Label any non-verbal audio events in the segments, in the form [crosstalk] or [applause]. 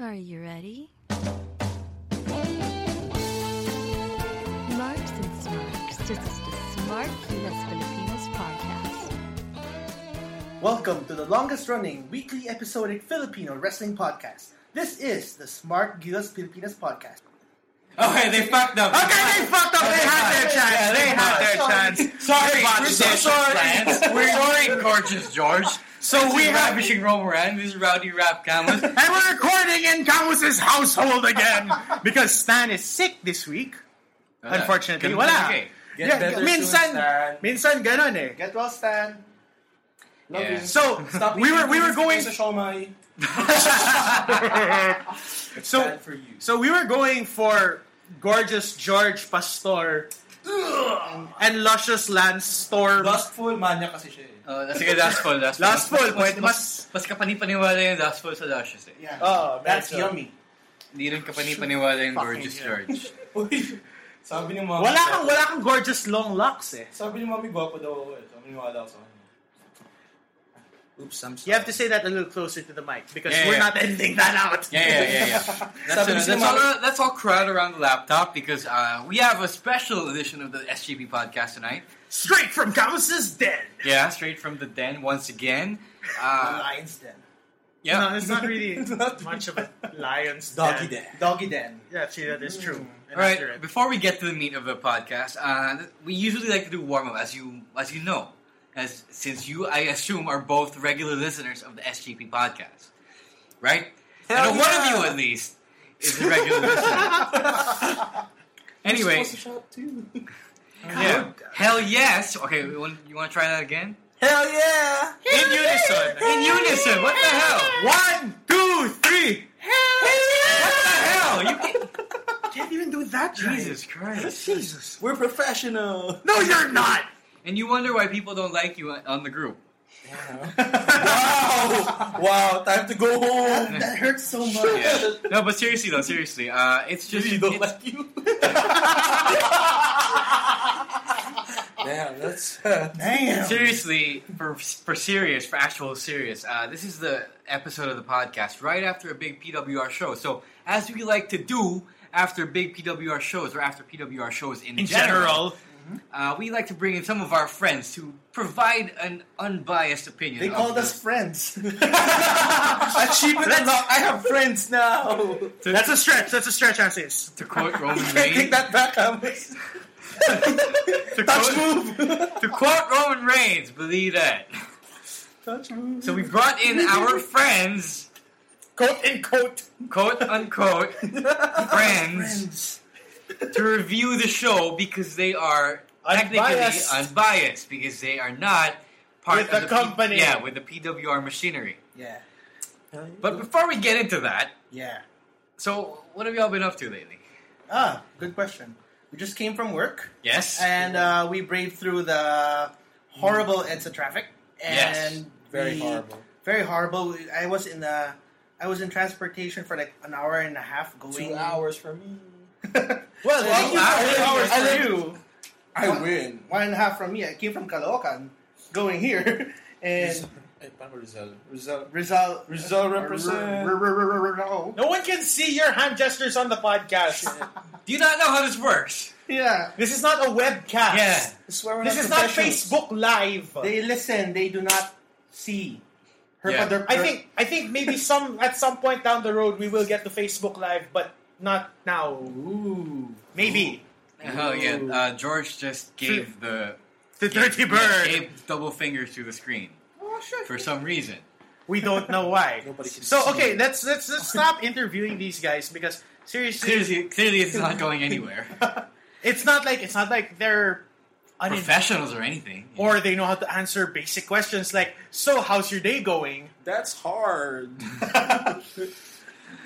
Are you ready? Marks and Smarks. This is the Smart US Filipinos podcast. Welcome to the longest running weekly episodic Filipino wrestling podcast. This is the Smart Gilas Filipinas podcast. Okay, they fucked up. Okay, they fucked up. They had their chance. they had their chance. Sorry, about we're the so dishes, sorry. friends. We're Sorry, gorgeous George. So we have ravishing Romoran. This is Rowdy Rap [laughs] Camus. And we're recording in Camus's household again because Stan is sick this week. Oh, Unfortunately, ganun wala. talaga eh. Get Yeah, better minsan, soon, Stan. minsan ganun eh. Get well, Stan. Love Yeah. you. So we were we were going so Bad for you. so we were going for gorgeous George Pastor and luscious Lance Storm. Lustful mania kasi siya. eh. [laughs] Oh, sige, lastful, lastful. Lastful, pwede mas, mas kapanipaniwala yung lastful sa Lashes eh. Yeah. Oh, that's medyo. yummy. Hindi rin kapanipaniwala yung Fucking Gorgeous yeah. George. Sabi ni mami, Wala kang wala kang gorgeous long locks eh. Sabi ni mami, gwapo daw ako eh. Sabi ni wala ako sa kanya. Oops, I'm sorry. You have to say that a little closer to the mic because Yeah, we're yeah. not ending that out. Yeah, yeah, yeah, yeah. That's, Sabi uh, ni that's, all, Mami- uh, that's all crowd around the laptop because uh, we have a special edition of the SGP podcast tonight. Straight from Camus's den. Yeah, straight from the den once again. [laughs] Uh, Lions Den. yeah. No, Uh, it's not [laughs] really much of a lion's Doggy den. den. Doggy Den. Yeah, actually, that is true. Mm. All right. Before we get to the meat of the podcast, uh, th- we usually like to do warm up, as you as you know, as since you I assume are both regular listeners of the SGP podcast, right? I know one of you at least is a regular listener. anyway, [laughs] yeah. hell yes. Okay, we want, you want to try that again Hell yeah! In unison. in unison? What the hell? One, two, three. What the hell? You can't, [laughs] Can't even do that, Jesus Christ! Jesus. We're professional! No, you're not. And you wonder why people don't like you on the group. Wow! wow, time to go [laughs] home! That hurts so much. Yeah. [laughs] No, but seriously though, seriously, uh, it's [laughs] just Really don't it's- like you. [laughs] Damn, that's... Damn. seriously for for serious, for actual serious. Uh, this is the episode of the podcast right after a big PWR show. So as we like to do after big PWR shows or after PWR shows in, In general, uh, we like to bring in some of our friends to provide an unbiased opinion. They of called the- us friends. Achievement unlocked! I have friends now! that's a stretch. That's a stretch, Asis. to [laughs] quote Roman Can't take Reigns. that [laughs] back, Amos. To Touch quote, move! to quote Roman Reigns, believe that. Touch move. So we brought in our friends, Coat and coat! quote unquote, friends. friends. to review the show because they are technically Unbiased. unbiased because they are not part With of the P- company. yeah, with the PWR machinery. Yeah. But before we get into that, Yeah. so what have y'all been up to lately? Ah, good question. We just came from work. Yes, and uh, we braved through the horrible EDSA traffic. And Yes. Mm. Very we- horrible. Very horrible. We- I was in the, I was in transportation for like an hour and a half going. [laughs] Two hours uh, for me. Well, thank you for two hours I for like- you. I win. One and a half from me. I came from Caloocan, going here, [laughs] and Ay, paano Rizal? Rizal. Rizal. uh, Rizal represent. R- r- r- r- r- No one can see your hand gestures on the [laughs] podcast. do you not know how this works? Yeah. This is not a webcast. Yeah, This, we're This is not Facebook Live. They listen. They do not see. Her Yeah. father- I think I think maybe some at some point down the road we will get to Facebook Live, but not now. Ooh. Maybe hell yeah. Uh, George just gave the the dirty gave- bird. yeah, gave double fingers to the screen Oh, shit. for some reason. We don't know why. Nobody can so see. okay, let's let's let's stop interviewing these guys because seriously, Clearly, clearly, it's not going anywhere. it's not like it's not like they're unintelligent, professionals or anything. or they know how to answer basic questions like, "So, how's your day going?" That's [laughs] hard.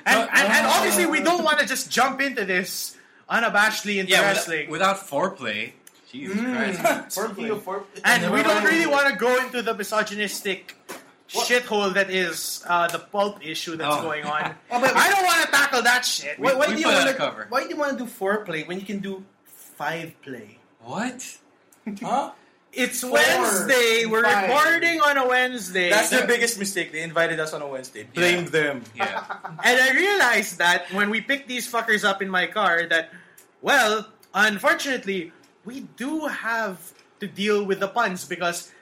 And and, and obviously, we don't want to just jump into this unabashedly into yeah, without- wrestling, without foreplay. Jesus Christ. [laughs] Speaking of foreplay- and we don't Never really mind. want to go into the misogynistic. Shithole that is uh, the pulp issue Oh. that's going on. Oh, but- [laughs] I don't want to tackle that shit. Why, why we do you put it want on cover. to? Why do you want to do foreplay when you can do five play? What? huh? It's Wednesday. We're five. recording on a Wednesday. That's their biggest mistake. They invited us on a Wednesday. Blame Yeah. them. Yeah. And I realized that when we picked these fuckers up in my car, that, well, unfortunately, we do have to deal with the puns because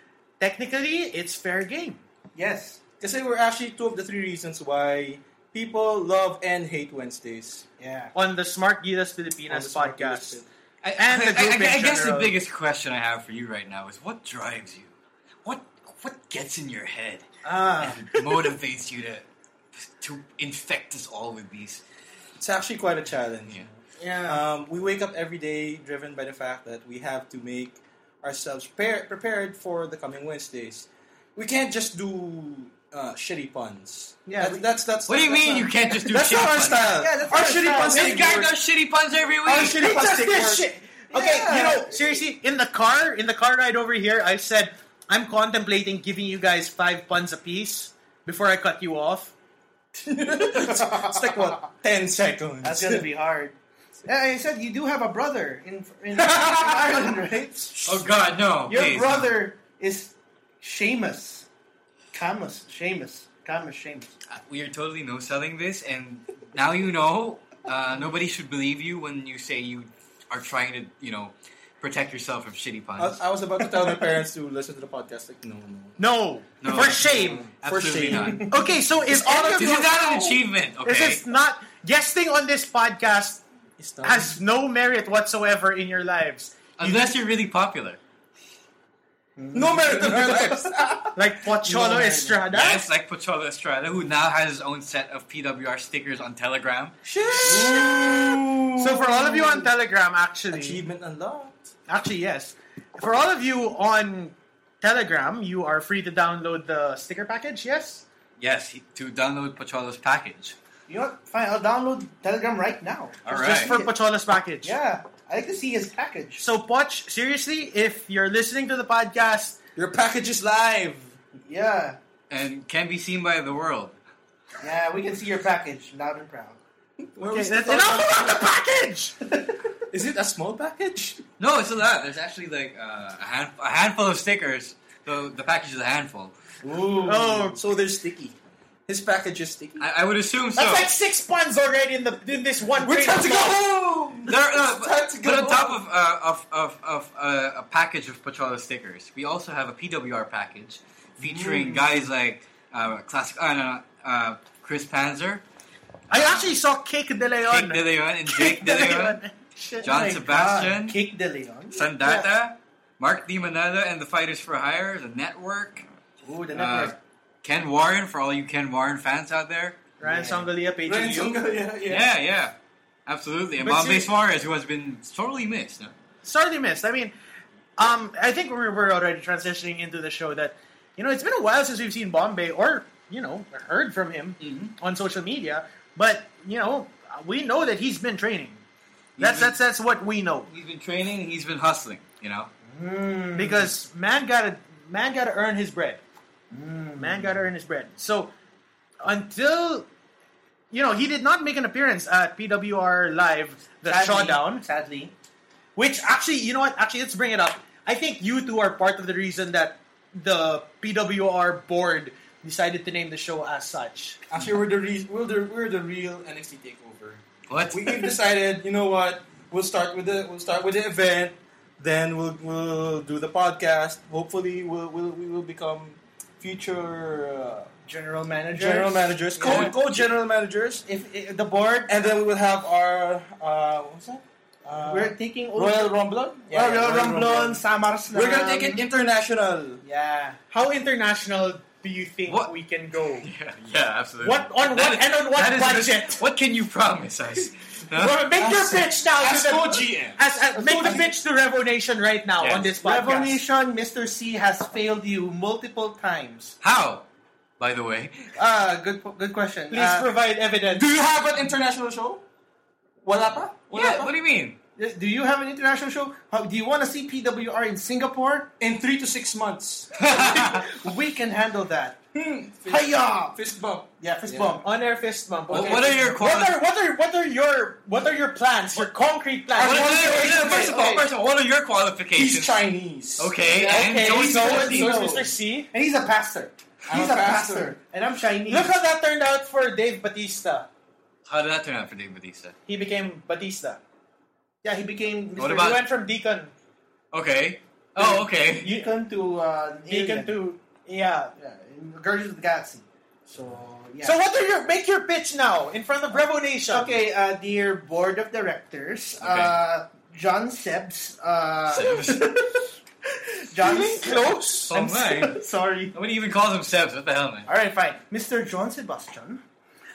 technically it's fair game. Yes. Kasi we're actually two of the three reasons why people love and hate Wednesdays. Yeah. [laughs] On the Smart Gilas Filipinas On the Smart podcast. Gilas I, And I- the group I- I- in I guess the general. biggest question I have for you right now is what drives you? What what gets in your head Ah. and motivates you to to infect us all with these? It's actually quite a challenge. Yeah. Yeah. Um, we wake up every day driven by the fact that we have to make ourselves prepare, prepared for the coming Wednesdays. We can't just do uh, shitty puns. Yeah, That- we- that's that's. What do you that's mean not- you can't just do That's shitty not our puns? style. Yeah, that's not our our shitty style. puns. This take guy work. does shitty puns every week. Our shitty puns Just [laughs] take this work. shit. Okay, You know, seriously, in the car, in the car ride over here, I said, I'm contemplating giving you guys five puns apiece before I cut you off. it's like what [laughs] ten seconds. That's gonna be hard. Yeah, I said you do have a brother in, [laughs] in Ireland, right? [laughs] Oh God, no! Your please, brother is Seamus. Camus. Seamus. Camus. Seamus. no. We are totally no selling this, and now you know. Uh, nobody should believe you when you say you are trying to, you know, protect yourself from shitty puns. [laughs] I, Uh, I was about to tell my parents to listen to the podcast. Like, no, no. No, No. for shame. For Absolutely shame. not. [laughs] Okay, so is all of This you is not an achievement. Okay. This is not guesting on this podcast It's not. has no merit whatsoever in your lives. Unless you're really popular. no merit in our lives. Like Pocholo No, no, no. Estrada. Yes, like Pocholo Estrada, who now has his own set of PWR stickers on Telegram. So for all of you on Telegram, actually, Achievement unlocked. actually yes, for all of you on Telegram, you are free to download the sticker package. Yes. Yes, he, to download Pocholo's package. You know what? Fine, I'll download Telegram right now. All Just- right. Just for Pocholo's package. Yeah. I like to see his package. So Poch, seriously, if you're listening to the podcast, Your package is live. Yeah. And can be seen by the world. Yeah, we can see your package. Loud and proud. Where okay, was that's the- enough about the package. Is it a small package? No, it's a lot. There's actually like uh, a, hand, a handful of stickers. So the package is a handful. Ooh. Oh. so they're sticky. His package is sticky. I, I would assume so. That's like six puns already in the in this one. We're page. trying to go home. There- [laughs] no, It's time uh, but, to but go on top home. of, uh, of, of, of uh, a package of Pocholo stickers, we also have a PWR package featuring guys like uh, classic, uh, no, no, uh, Chris Panzer, I actually saw Cake de Leon. Oh, Jake De Leon, and Jake De Leon, Shit. John Oh my Sebastian. God. Kick De Leon. Sandata, Mark Di Manada and the Fighters for Hire, The Network, Ooh, the uh, network. Ken Warren, for all you Ken Warren fans out there. Ryan Sangalia, page Ryan you. Sunga, yeah, yeah. Yeah, yeah. Absolutely. And But Bombay see- Suarez, who has been sorely missed. No? Sorry, missed. I mean, um, I think we were already transitioning into the show that, you know, it's been a while since we've seen Bombay or, you know, heard from him on social media. But, you know, we know that he's been training. That's, Mhm. that's, that's what we know. He's been training and he's been hustling, you know? because man gotta man gotta earn his bread. Mm. Man gotta earn his bread. So until you know, he did not make an appearance at PWR Live, the showdown. Sadly. Which actually, you know what? Actually, let's bring it up. I think you two are part of the reason that the PWR board decided to name the show as such. Actually, we're the, re- we're the we're the real NXT takeover. What? We, we've decided. You know what? We'll start with the we'll start with the event. Then we'll we'll do the podcast. Hopefully, we'll, we'll we will become future uh, General manager. general managers, co Yeah. co general managers, If, if the board, and then we will have our uh, what's that? Uh, we're taking over. Royal Rumble. Royal Rumblon, Samar Slam. Um, We're gonna take it international. Yeah. How international do you think What- we can go? [laughs] Yeah, yeah, absolutely. What on what and on what that is- budget? what can you promise us? Huh? Well, make your Ask- pitch now. ask to the- no GM. As, as, make the no pitch to Revo Nation right now Yes. on this podcast. Revolution, Mr. C has failed you multiple times. How? By the way, Ah, good, po- good question. Please Ah, provide evidence. Uh, Do you have an international show? Wala pa? Wala yeah. pa? What do you mean? [laughs] do you have an international show? How- do you want to see PWR in Singapore? In three to six [laughs] months. We can handle that. fist, Hiya! fist bump. Hmm. Yeah, fist Yeah. bump. On air fist bump. What- okay. What are your quali- What are what are what are your what are your plans? Your concrete plans. what are What's your- your- yeah, First of all, okay. first of all, what are your He's qualifications? Chinese. Okay, and Okay, so so, is so Mr. C. is Mr. C. And he's a pastor. I'm He's a a pastor. pastor. And I'm Chinese. Look how that turned out for Dave Batista. How did that turn out for Dave Batista? He became Batista. yeah, he became Mr. What He about- went from deacon, Okay. Oh, [laughs] okay. Deacon to uh, deacon alien. to yeah. yeah, in Guardians of the Galaxy. So yeah. So what are your make your pitch now in front of Revo Nation? Okay, uh, dear board of directors, Okay. uh, John Sebs, uh, [laughs] John feeling close. Oh, man. sorry. Nobody even calls him Sebs. What the hell, man? All right, fine, Mr. John Sebastian.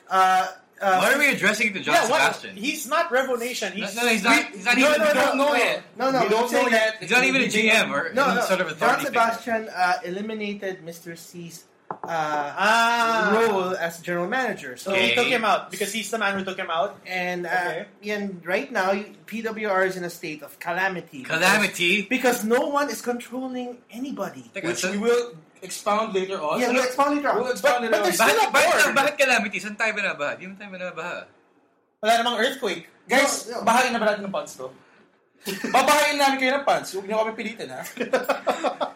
Uh, uh, Why are we addressing it to John yeah, what, Sebastian? he's not Revo Nation. no, He's, no, he's not. He's not No, even. no, we no, don't know no. yet. No, no, we don't I'm saying know yet. He's not even a GM or No, any no. sort of authority. John figure. Sebastian uh, eliminated Mr. C's uh, ah, role as general manager. So So he Okay. took him out because he's the man who took him out. and uh, Okay. and right now PWR is in a state of calamity. Calamity. because no one is controlling anybody. Teka, Which so- we will expound later on. Yeah, we'll expound later on. We'll expound But- later but on. there's- Bakit, still a bakit, board. bakit calamity? Saan tayo binabaha? Di mo tayo binabaha. Wala namang earthquake. Guys, No, no. bahain na ba natin ng pants [laughs] to? Babahain namin kayo ng pants. Huwag niyo kami pilitin, [laughs] ha?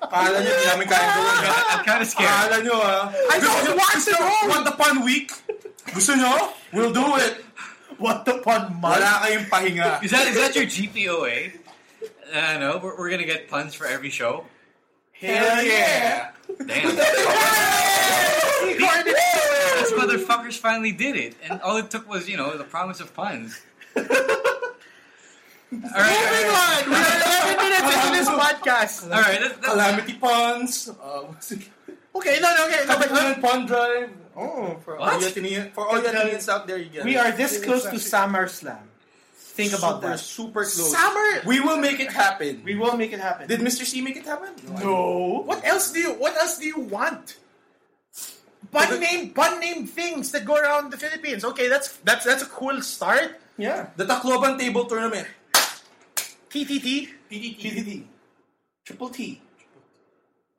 Kala niyo, hindi namin kaya gawin. ha? Ah, I'm kind of scared. Kala niyo, ha? I don't want to go! Want the pun week? Gusto niyo? We'll do it. What upon Wala kayong pahinga. Is that is that your GPOA? Uh, no, we're, we're gonna get puns for every show. Hell yeah! [laughs] Damn, these motherfuckers finally did it, and all it took was you know the promise of [laughs] puns. all right, all right, Everyone, we are 11 minutes into this podcast. all right. That's, that's, Calamity puns. Uh, Okay, no, no, okay, no, [laughs] but Capitan Pun Drive. Oh, for All What? you Athenian- For all the Athenians out there, you get We it. are this close to SummerSlam. Think about We're that. super close. summer. We will make it happen. We will make it happen. Did Mr. C make it happen? no. What else do you? What else do you want? Pun name, pun name things that go around the Philippines. Okay, that's that's that's a cool start. Yeah. The Tacloban Table Tournament. TTT. PDT. Triple T.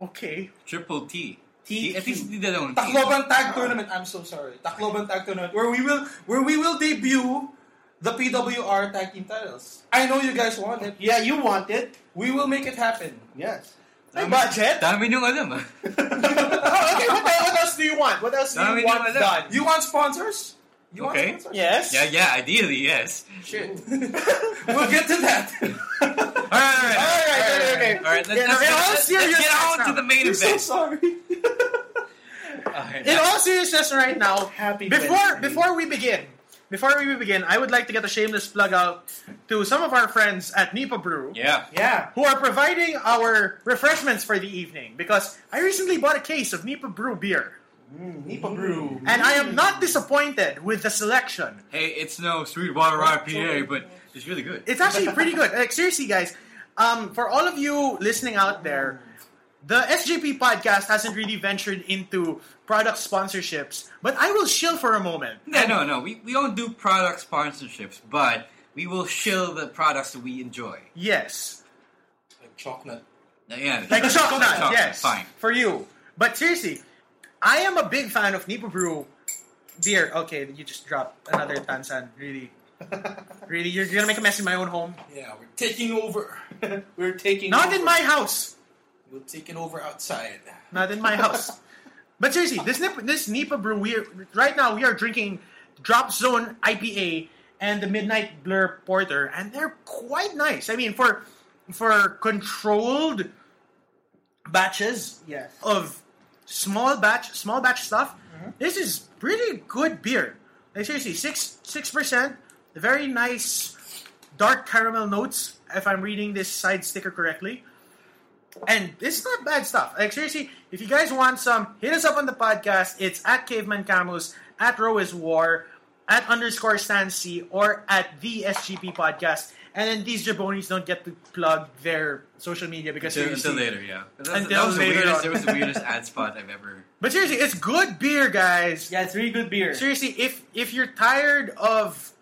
Okay. triple T. T- At least hindi dalawang T. Tacloban Tag Tournament. I'm so sorry. Tacloban Tag Tournament, where we will where we will debut the PWR Tag Team titles. I know you guys want it. Yeah, you want it. We will make it happen. Yes. May budget. Dami niyong alam [laughs] ah. Oh, okay. What, el- what else do you want? What else do Dami niyong you want alam. done? You want sponsors? You want Okay. sponsors? Yes. [laughs] Yeah, yeah, ideally, yes. Shit. we'll get to that. [laughs] All right, all right. All right. Okay. okay. All right, let's, Yeah, let's, in all let's, let's seriousness get on now. to the main I'm so event. sorry. Alright. In all seriousness, right now, Happy before birthday. before we begin, before we begin, I would like to get a shameless plug out to some of our friends at Nipa Brew. Yeah. Yeah. who are providing our refreshments for the evening because I recently bought a case of Nipa Brew beer. Nipa Brew. And I am not disappointed with the selection. Hey, it's no Sweetwater IPA, but it's really good. It's actually pretty good. Like, seriously, guys, um, for all of you listening out there, the SJP podcast hasn't really ventured into product sponsorships, but I will shill for a moment. No, no, no. We, we don't do product sponsorships, but we will shill the products that we enjoy. Yes. Like chocolate. Yeah. Like chocolate, Chocolate, yes. Fine. For you. But seriously, I am a big fan of Nipa Brew beer. Okay, you just dropped another Tansan. [laughs] Really. Really? You're gonna make a mess in my own home? Yeah, we're taking over. [laughs] we're taking Not over. in my house! We'll take it over outside. Not in my house. But seriously, this Nip, this Nipa Brew, we are, right now we are drinking Drop Zone IPA and the Midnight Blur Porter, and they're quite nice. I mean, for for controlled batches, Yes. of small batch small batch stuff. This is pretty good beer. Like seriously, six six percent. Very nice dark caramel notes. If I'm reading this side sticker correctly, And it's not bad stuff. Like seriously, if you guys want some, hit us up on the podcast. It's at Caveman Camus, at Row is War, at underscore Stan C, or at the SGP podcast. And then these jabronis don't get to plug their social media because Until, seriously- until later, yeah. That was, Until that was the later weirdest. on. That was the weirdest ad spot I've ever. But seriously, it's good beer, guys. Yeah, it's really good beer. Seriously, if if you're tired of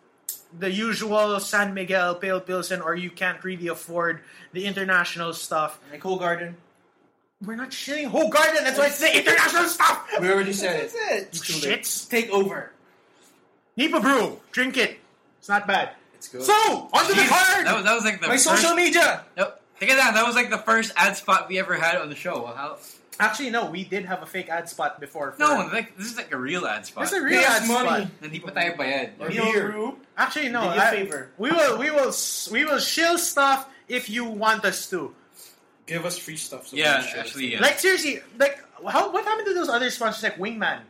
the usual San Miguel Pale Pilsen, or you can't really afford the international stuff, Like Cool Garden. we're not shitting Whole Garden. That's why it's the international stuff. We already said it. That's it. It's too late. Shits. Take over. Nipa Brew. Drink it. It's not bad. It's good. So, onto the Jeez, card. That was, that was like the My first, social media. No, take it down. That was like the first ad spot we ever had on the show. Well, How? Actually, no, we did have a fake ad spot before. For, No, like, this is like a real ad spot. This is a real There's ad money. spot. Hindi pa tayo bayad. Or Meal beer. Brew. Actually, no. Did you a I- favor. We will, we will, s- we will shill stuff if you want us to. Give us free stuff. So Yeah, we share. actually, yeah. Like seriously, like how? What happened to those other sponsors like Wingman?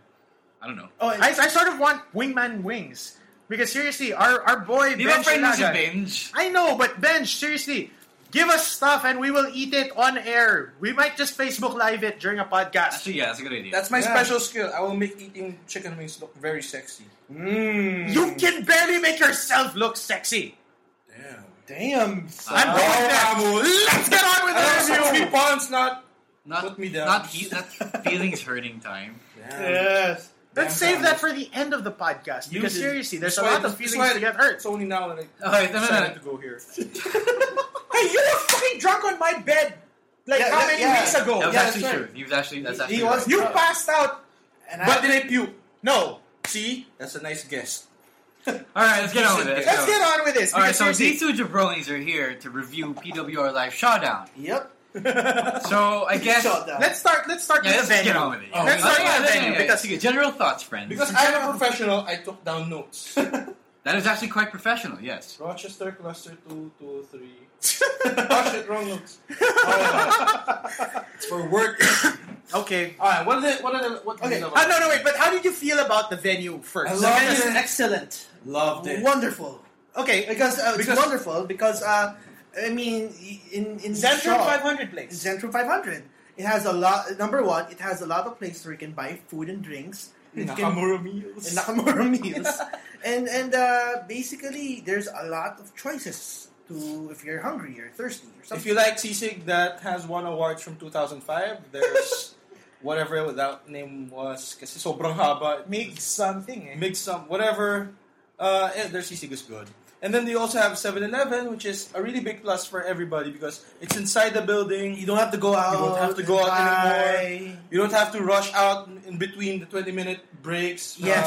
I don't know. Oh, I, I sort of want Wingman wings because seriously, our our boy Di Ben ba friend mo si Shinaga- Benj? I know, but Benj, seriously, give us stuff and we will eat it on air. We might just Facebook Live it during a podcast. Actually, yeah, that's a good idea. That's my Yeah. special skill. I will make eating chicken wings look very sexy. Mmm. You can barely make yourself look sexy. Damn. Damn. son. I'm going Oh, there. Ramos. Let's get on with I the know review. three pounds, not. not, put me down. Not, he, not feelings hurting time. Yes. Let's save that for the end of the podcast You because did. seriously, there's That's a why- lot of that's feelings why that get hurt. It's only now that I Alright, no, no, decided no. to go here. [laughs] Hey, you were fucking drunk on my bed like Yeah, how yeah, many yeah. weeks ago? That was yeah, actually that's true. right. He was actually that's He- actually he right. was- You passed out. And But I, did I puke? No. See, that's a nice guess. All right, let's get on with it. Let's get on with this. All right, because so seriously- these two jabronis are here to review PWR Live Showdown. [laughs] yep. So I guess Shut down. Let's start. Let's start yeah, with let's the venue. get on with it. Oh, Let's start with the venue because because general thoughts, friends. Because I'm a professional, I took down notes. that is actually quite professional. Yes. [laughs] Rochester cluster two two three. oh shit, wrong notes. it's for [laughs] work. okay. All right, what are the what are the [laughs] what? Okay, Oh, no, no, wait. But how did you feel about the venue first? I The Loved venue is it. excellent. Loved it. Wonderful. okay. Because uh, it's Because- wonderful. Because uh, I mean, in in Zentrum Shaw- 500 place. Zentrum 500. It has a lot. Number one, it has a lot of places where you can buy food and drinks. You can- Nakamura meals. and Nakamura [laughs] meals. and and uh, basically, there's a lot of choices to if you're hungry or thirsty or If something. you like Sisig that has won awards from 2005, [laughs] there's whatever that name was kasi sobrang haba. Make something. Eh? Mix some whatever. Uh, eh, their sisig is good. And then they also have 7-Eleven, which is a really big plus for everybody because it's inside the building. you don't have to go out. don't have to go and out buy. You don't have to rush out in between the 20 minute breaks. Yes.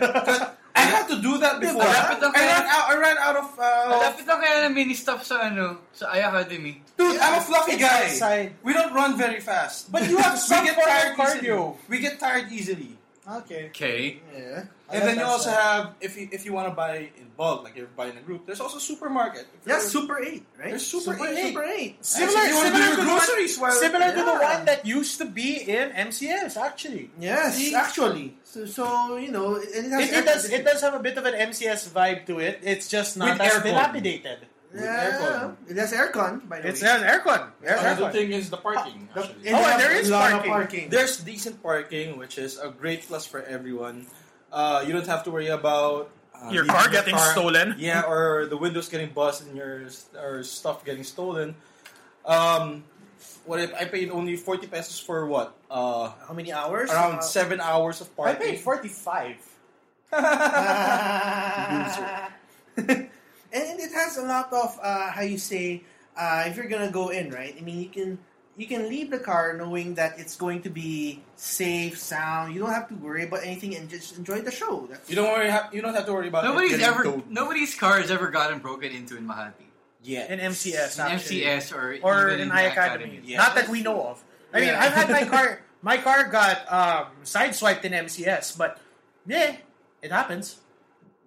Uh, I had to do that before. Malapit lang I kaya- ran out, I ran out of. Uh, Malapit lang kaya na mini stuff sa ano sa Ay Academy. dude, I'm a fluffy It's guy. outside. We don't run very fast. But you have [laughs] We some get form of tired cardio. easily. We get tired easily. [laughs] Okay. Okay. Yeah. And then you also have have, if you, if you want to buy in bulk, like you're buying in a group, there's also supermarket. If yeah, you're- Super Eight, right? There's Super 8. Super Eight. Similar, Actually, you similar wanna do your to the groceries one, while- similar to the Yeah. one that used to be in MCS. Actually, Yes, See? actually. So, so you know, it, it has it, it does. It does have a bit of an MCS vibe to it. It's just not With as aircon. dilapidated. with yeah, aircon. It has aircon. By the It's way, an aircon. There's Another aircon. thing is the parking. The- actually. it Oh, and has there a is lot of parking. parking. There's decent parking, which is a great plus for everyone. Uh, you don't have to worry about uh, Your leaving car getting stolen. Yeah, or the windows getting busted and your or stuff getting stolen. Um, what if I paid only forty pesos for what? Uh, How many hours? around Uh, seven hours of I parking. paid forty-five. [laughs] [laughs] [laughs] and it has a lot of uh, how you say uh, if you're gonna go in, right? I mean, you can you can leave the car knowing that it's going to be safe, sound. You don't have to worry about anything and just enjoy the show. That's you don't worry. ha- You don't have to worry about it Nobody's getting ever towed. nobody's car has ever gotten broken into in Mahati. Yeah. In MCS, In actually. MCS or or even in the I Academy. Yeah. Not that we know of. I mean, Yeah. I've had my car. My car got um, sideswiped in MCS, but yeah, it happens.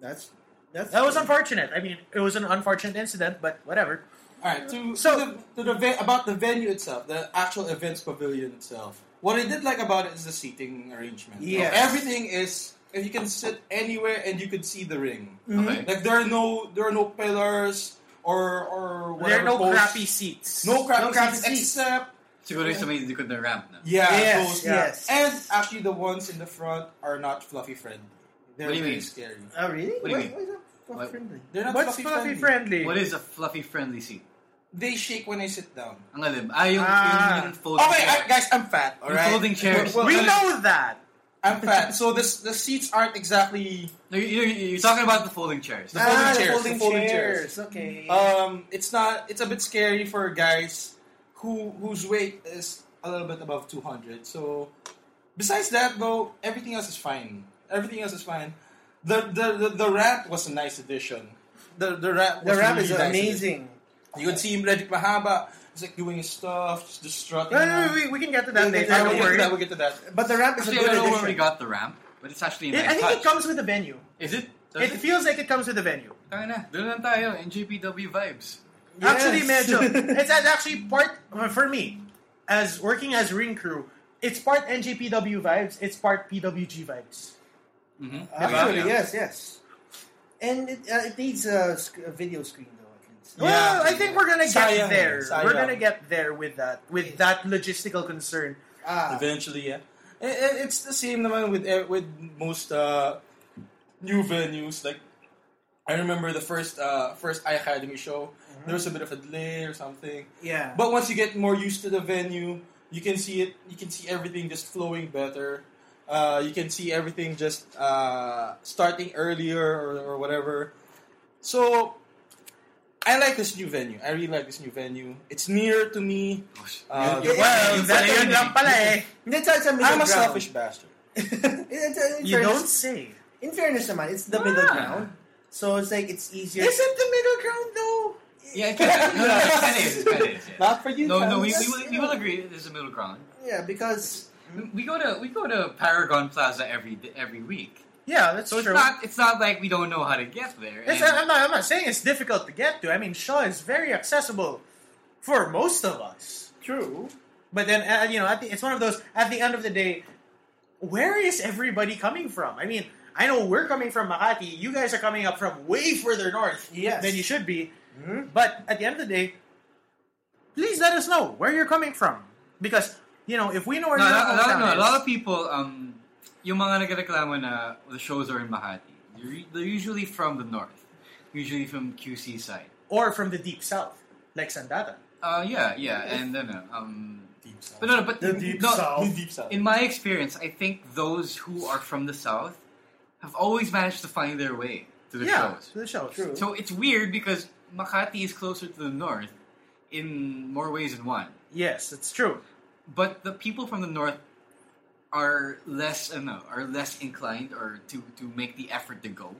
that's that's That was unfortunate. I mean, it was an unfortunate incident, but whatever. All right. So- To, so to the, to the ve- about the venue itself, the actual events pavilion itself. What I did like about it is the seating arrangement. Yes. Everything is if you can sit anywhere and you can see the ring. Okay. Like there are no there are no pillars or or there whatever are no posts. crappy seats. no crappy, No crappy seats. seats except Siguro yung sa may likod ng ramp na. Yeah, Yes, those- yes. And actually, the ones in the front are not fluffy friendly. They're What do you mean? very scary. Oh, really? What do you Why- mean? why is that fuck What? friendly? They're not What's fluffy, fluffy friendly. friendly? What is a fluffy friendly seat? They shake when I sit down. Ang alim. Ah, yung, Ah. yung, yung folding Okay, chair. Oh, I, guys, I'm fat. All You're right, folding chairs. Well, well, we I'm- know that. I'm fat, so this the seats aren't exactly. No, you- you're, you're talking about the folding chairs. The folding ah, the chairs, the folding, folding chairs. chairs. Oh, Okay. Um, it's not. It's a bit scary for guys who whose weight is a little bit above 200. So, besides that, though, everything else is fine. Everything else is fine. The the the, the ramp was a nice addition. The the ramp the was rap is really nice amazing. addition. You could see him Magic Mahaba. He's like doing his stuff, just, just strutting. No, no, no, around. we, we can get to that Yeah, later. yeah, yeah, Don't I will get to worry. that. We'll get to that. But the rap is a Actually, I good don't know where addition. we got the ramp, but it's actually a It- nice I think touch. it comes with the venue. Is it? Does It feels like it comes with the venue. Tangina na. Doon lang tayo. NJPW vibes. Yes. Actually, [laughs] [laughs] medyo. it's it's actually part, for me, as working as ring crew, it's part NJPW vibes, it's part PWG vibes. Mm-hmm. Absolutely, Yeah. yes, yes. And it, uh, it needs a, sc- a video screen, though, at least. Well, I think we're gonna get Sayang. there. We're Sayang. gonna get there with that, with that logistical concern. Ah, Eventually, yeah. I- I- It's the same naman with e- with most uh, new venues. Like I remember the first uh, first I Academy show, there was a bit of a delay or something. yeah. But once you get more used to the venue, you can see it. You can see everything just flowing better. Uh, you can see everything just uh, starting earlier or, or whatever. So I like this new venue. I really like this new venue. It's near to me. Gosh. Uh, Yun- yun- well, yun that pala yun Ayun lang eh. pala eh. It's, it's a middle I'm a ground. [laughs] [laughs] selfish bastard. It's a- in You don't fairness- say. In fairness, naman, it's the middle Ah. ground. So it's like it's easier. Is it the middle ground though? Yeah, it kinda- no, no, it kinda is, it kinda is, yeah. Not for you. No, no, Carlos. we, we, will, we will agree. There's a middle ground. Yeah, because We- We go to we go to Paragon Plaza every every week, Yeah, that's so it's true. not it's not like we don't know how to get there. and- It's- I'm, not, I'm not saying it's difficult to get to. I mean, Shaw is very accessible for most of us. true. But then, uh, you know, at the, it's one of those, at the end of the day, where is everybody coming from? I mean, I know we're coming from Makati. You guys are coming up from way further north Yes. than you should be. Mm-hmm. But at the end of the day, please let us know where you're coming from. Because, you know, if we know where no, you're a coming lot, from, no, a lot of people, um, yung mga nagreklamo na the shows are in Mahati, they're u- they're usually from the north, usually from QC side. or from the deep south, like Sandata. Uh, yeah, yeah, and then uh, um, Deep South. but no, no, but The deep no, south. The Deep South. In my experience, I think those who are from the south have always managed to find their way to the yeah, shows. to the shows. True. So it's weird because Makati is closer to the north in more ways than one. Yes, it's true. But the people from the north are less uh, no, are less inclined or to, to make the effort to go.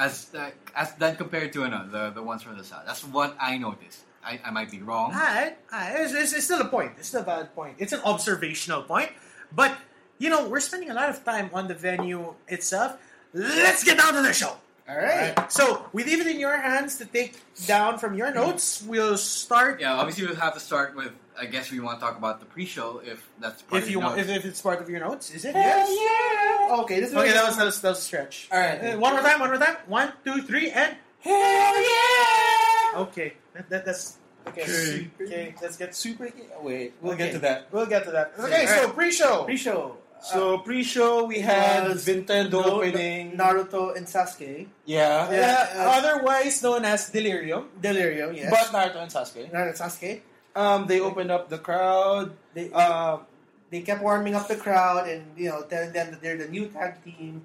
As uh, as than compared to uh, the the ones from the south. That's what I noticed. I, I might be wrong. Alright, alright. uh, It's, it's, it's still a point. It's still a valid point. It's an observational point. But, you know, we're spending a lot of time on the venue itself. Let's get down to the show. All right. So, we leave it in your hands to take down from your notes. We'll start Yeah, obviously we'll have to start with. I guess we want to talk about the pre-show if that's part if of you your want, if, notes. if it's part of your notes. Is it? yeah! Okay, this is Okay, that was, that was that was a stretch. All right. Uh, one more time. One more time. One, two, three, and Hell yeah! okay. That, that, that's Okay, super- okay. Let's get super. Wait, we'll okay. get to that. We'll get to that. Okay, All so pre-show. pre-show. So pre-show we had was Nintendo No- opening. Naruto and Sasuke. yeah. Uh, Yeah, uh, otherwise known as Delirium. Delirium, yes. but Naruto and Sasuke. Naruto and Sasuke. Um, they opened up the crowd. They, uh, Um, they kept warming up the crowd and you know telling them that they're the new tag team,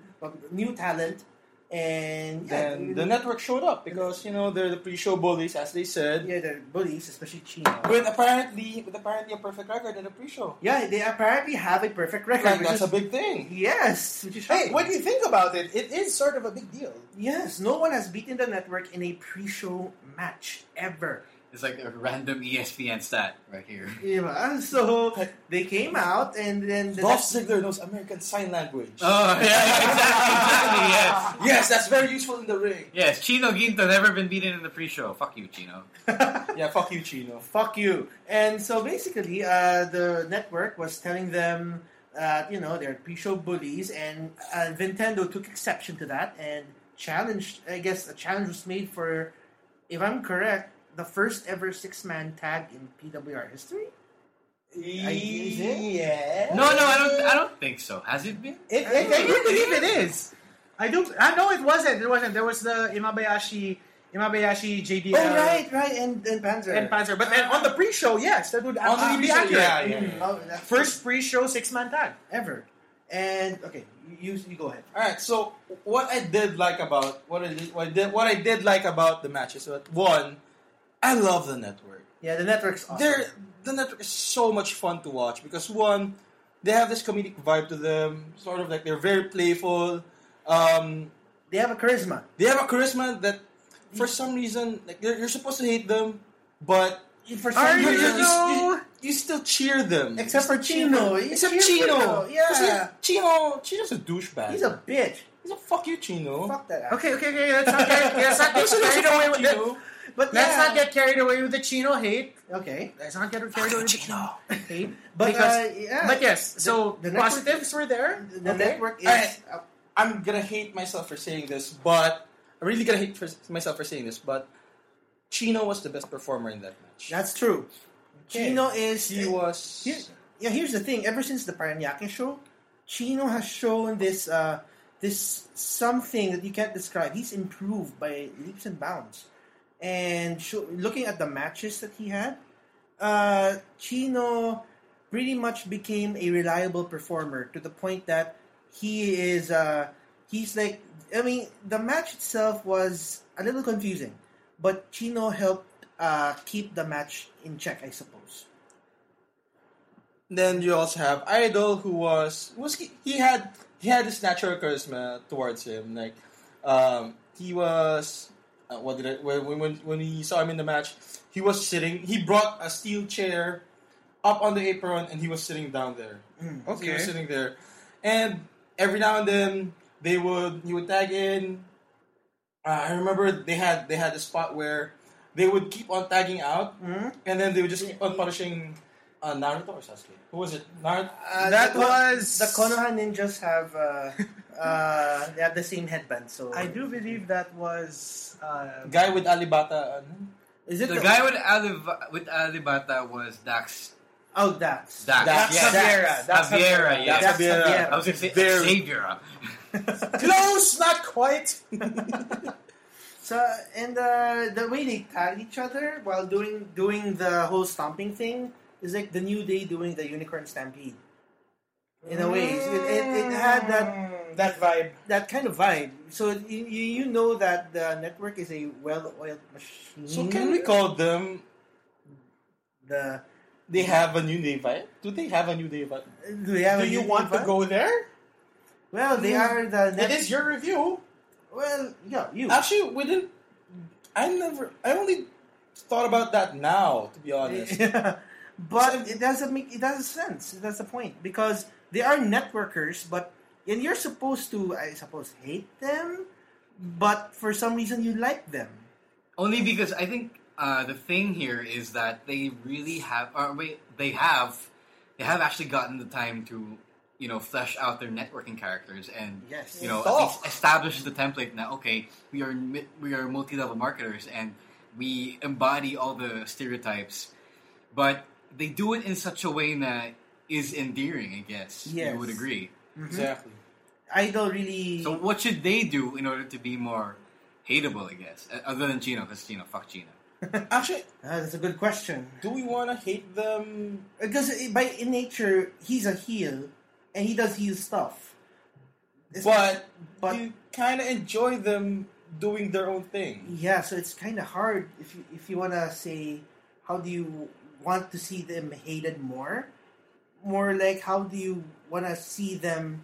new talent, and yeah, then the network showed up because you know they're the pre-show bullies, as they said. yeah, they're bullies, especially Chino. With apparently, with apparently a perfect record in the pre-show. yeah, they apparently have a perfect record. Like which that's is- a big thing. yes, which is Hey, shocking. when you think about it, it is sort of a big deal. Yes, no one has beaten the network in a pre-show match ever. It's like a random E ESPN stat right here. Diba? So they came out and then the Dolph Ziggler knows American Sign Language. [laughs] Oh yeah, exactly, yes. yes, that's very useful in the ring. Yes, Chino Ginto never been beaten in the pre-show. Fuck you, Chino. [laughs] Yeah, fuck you, Chino. fuck you. And so basically, uh, the network was telling them that you know they're pre-show bullies, and uh, Nintendo took exception to that and challenged. I guess a challenge was made for, if I'm correct, the first ever six-man tag in PWR history. is it? Yeah. No, no, I don't. I don't think so. Has it been? It, I, I do it- believe it is. I do. I know it wasn't. It wasn't. There was the Imabayashi, Imabayashi JDL, Oh right, right, and and Panzer. and Panzer. But then on the pre-show, yes, that would On the actually be pre-show, accurate. yeah, yeah, yeah. Oh, that's First pre-show six-man tag. ever. And okay, you you go ahead. All right. So what I did like about what I did, what I did, what I did like about the matches was one, I love the network. Yeah, the network's awesome. They're, the network is so much fun to watch because one, they have this comedic vibe to them, sort of like they're very playful. Um, They have a charisma. they have a charisma that, for some reason, like you're, you're supposed to hate them, but For some Are you, you reason- know? you still cheer them. Except for Chino. You Except cheer for Chino. Chino, yeah. 'Cause he- Chino. Chino's a douchebag. He's a bitch. He's a fuck you, Chino. Fuck that. Okay, okay, okay. Let's not get, [laughs] let's not get carried away with it. but [laughs] Let's yeah. not get carried away with the Chino hate. okay. Let's not get carried away with the Chino [laughs] hate. But because, uh, yeah, but yes, so the network- positives were there. the okay. network is. Alright. uh, I'm gonna hate myself for saying this, but I'm really gonna hate for, myself for saying this, but Chino was the best performer in that match. that's true. Chino is. he was. Here- yeah, here's the thing. Ever since the Paranaque show, Chino has shown this uh, this something that you can't describe. He's improved by leaps and bounds. And sho looking at the matches that he had, uh, Chino pretty much became a reliable performer to the point that he is uh, he's like I mean the match itself was a little confusing, but Chino helped uh, keep the match in check, I suppose. Then you also have Idol, who was who was he, he had he had this natural charisma towards him. Like um, he was uh, what did I when when- when when we saw him in the match, he was sitting. He brought a steel chair up on the apron, and he was sitting down there. He was sitting there, and every now and then they would he would tag in. Uh, I remember they had they had a spot where they would keep on tagging out, and then they would just keep on punishing uh, Naruto or Sasuke. Who was it? Naruto. Uh, That the- was The Konoha ninjas have uh, uh, they have the same headband. So I do believe that was uh, guy with Alibata. uh, ano? Is it The guy with Aliv- with Alibata was Dax. Oh, Dax. Dax. Dax yes. Xaviera. That's Xaviera, yes. Dax Xaviera. Xaviera. I was going to say Very- Xavier. Close, not quite. So and uh, the way they tag each other while doing doing the whole stomping thing is like the new day doing the unicorn stampede. In a way, it, it, it had that that vibe. that kind of vibe. So you, you you know that the network is a well-oiled machine. so can we call them? the? They have a new day vibe. Do they have a new day vibe? Do, they have Do a you new want to vibe? go Mm. there? Well, they are the. It Net- is your review. Well, yeah, you. Actually, we didn't. I never. I only thought about that now. To be [laughs] honest, Mm-hmm. but it doesn't make it doesn't sense. That's the point because they are networkers, but and you're supposed to, I suppose, hate them, but for some reason you like them. Only because I think uh, the thing here is that they really have, or wait, they have, they have actually gotten the time to, you know, flesh out their networking characters and, Yes. you know, at Oh. least establish the template. Now, okay, we are mi- we are multi-level marketers and we embody all the stereotypes, but they do it in such a way that is endearing. I guess Yes. you would agree. exactly. Idol really. uh, So, what should they do in order to be more hateable? I guess uh, other than Chino, because Chino, fuck Chino. Actually, Ah, that's a good question do we want to hate them? because i- by in nature he's a heel, and he does heel stuff. It's- But, but- you kind of enjoy them doing their own thing. yeah, so it's kind of hard if you if you wanna say how do you want to see them hated more, more like how do you wanna see them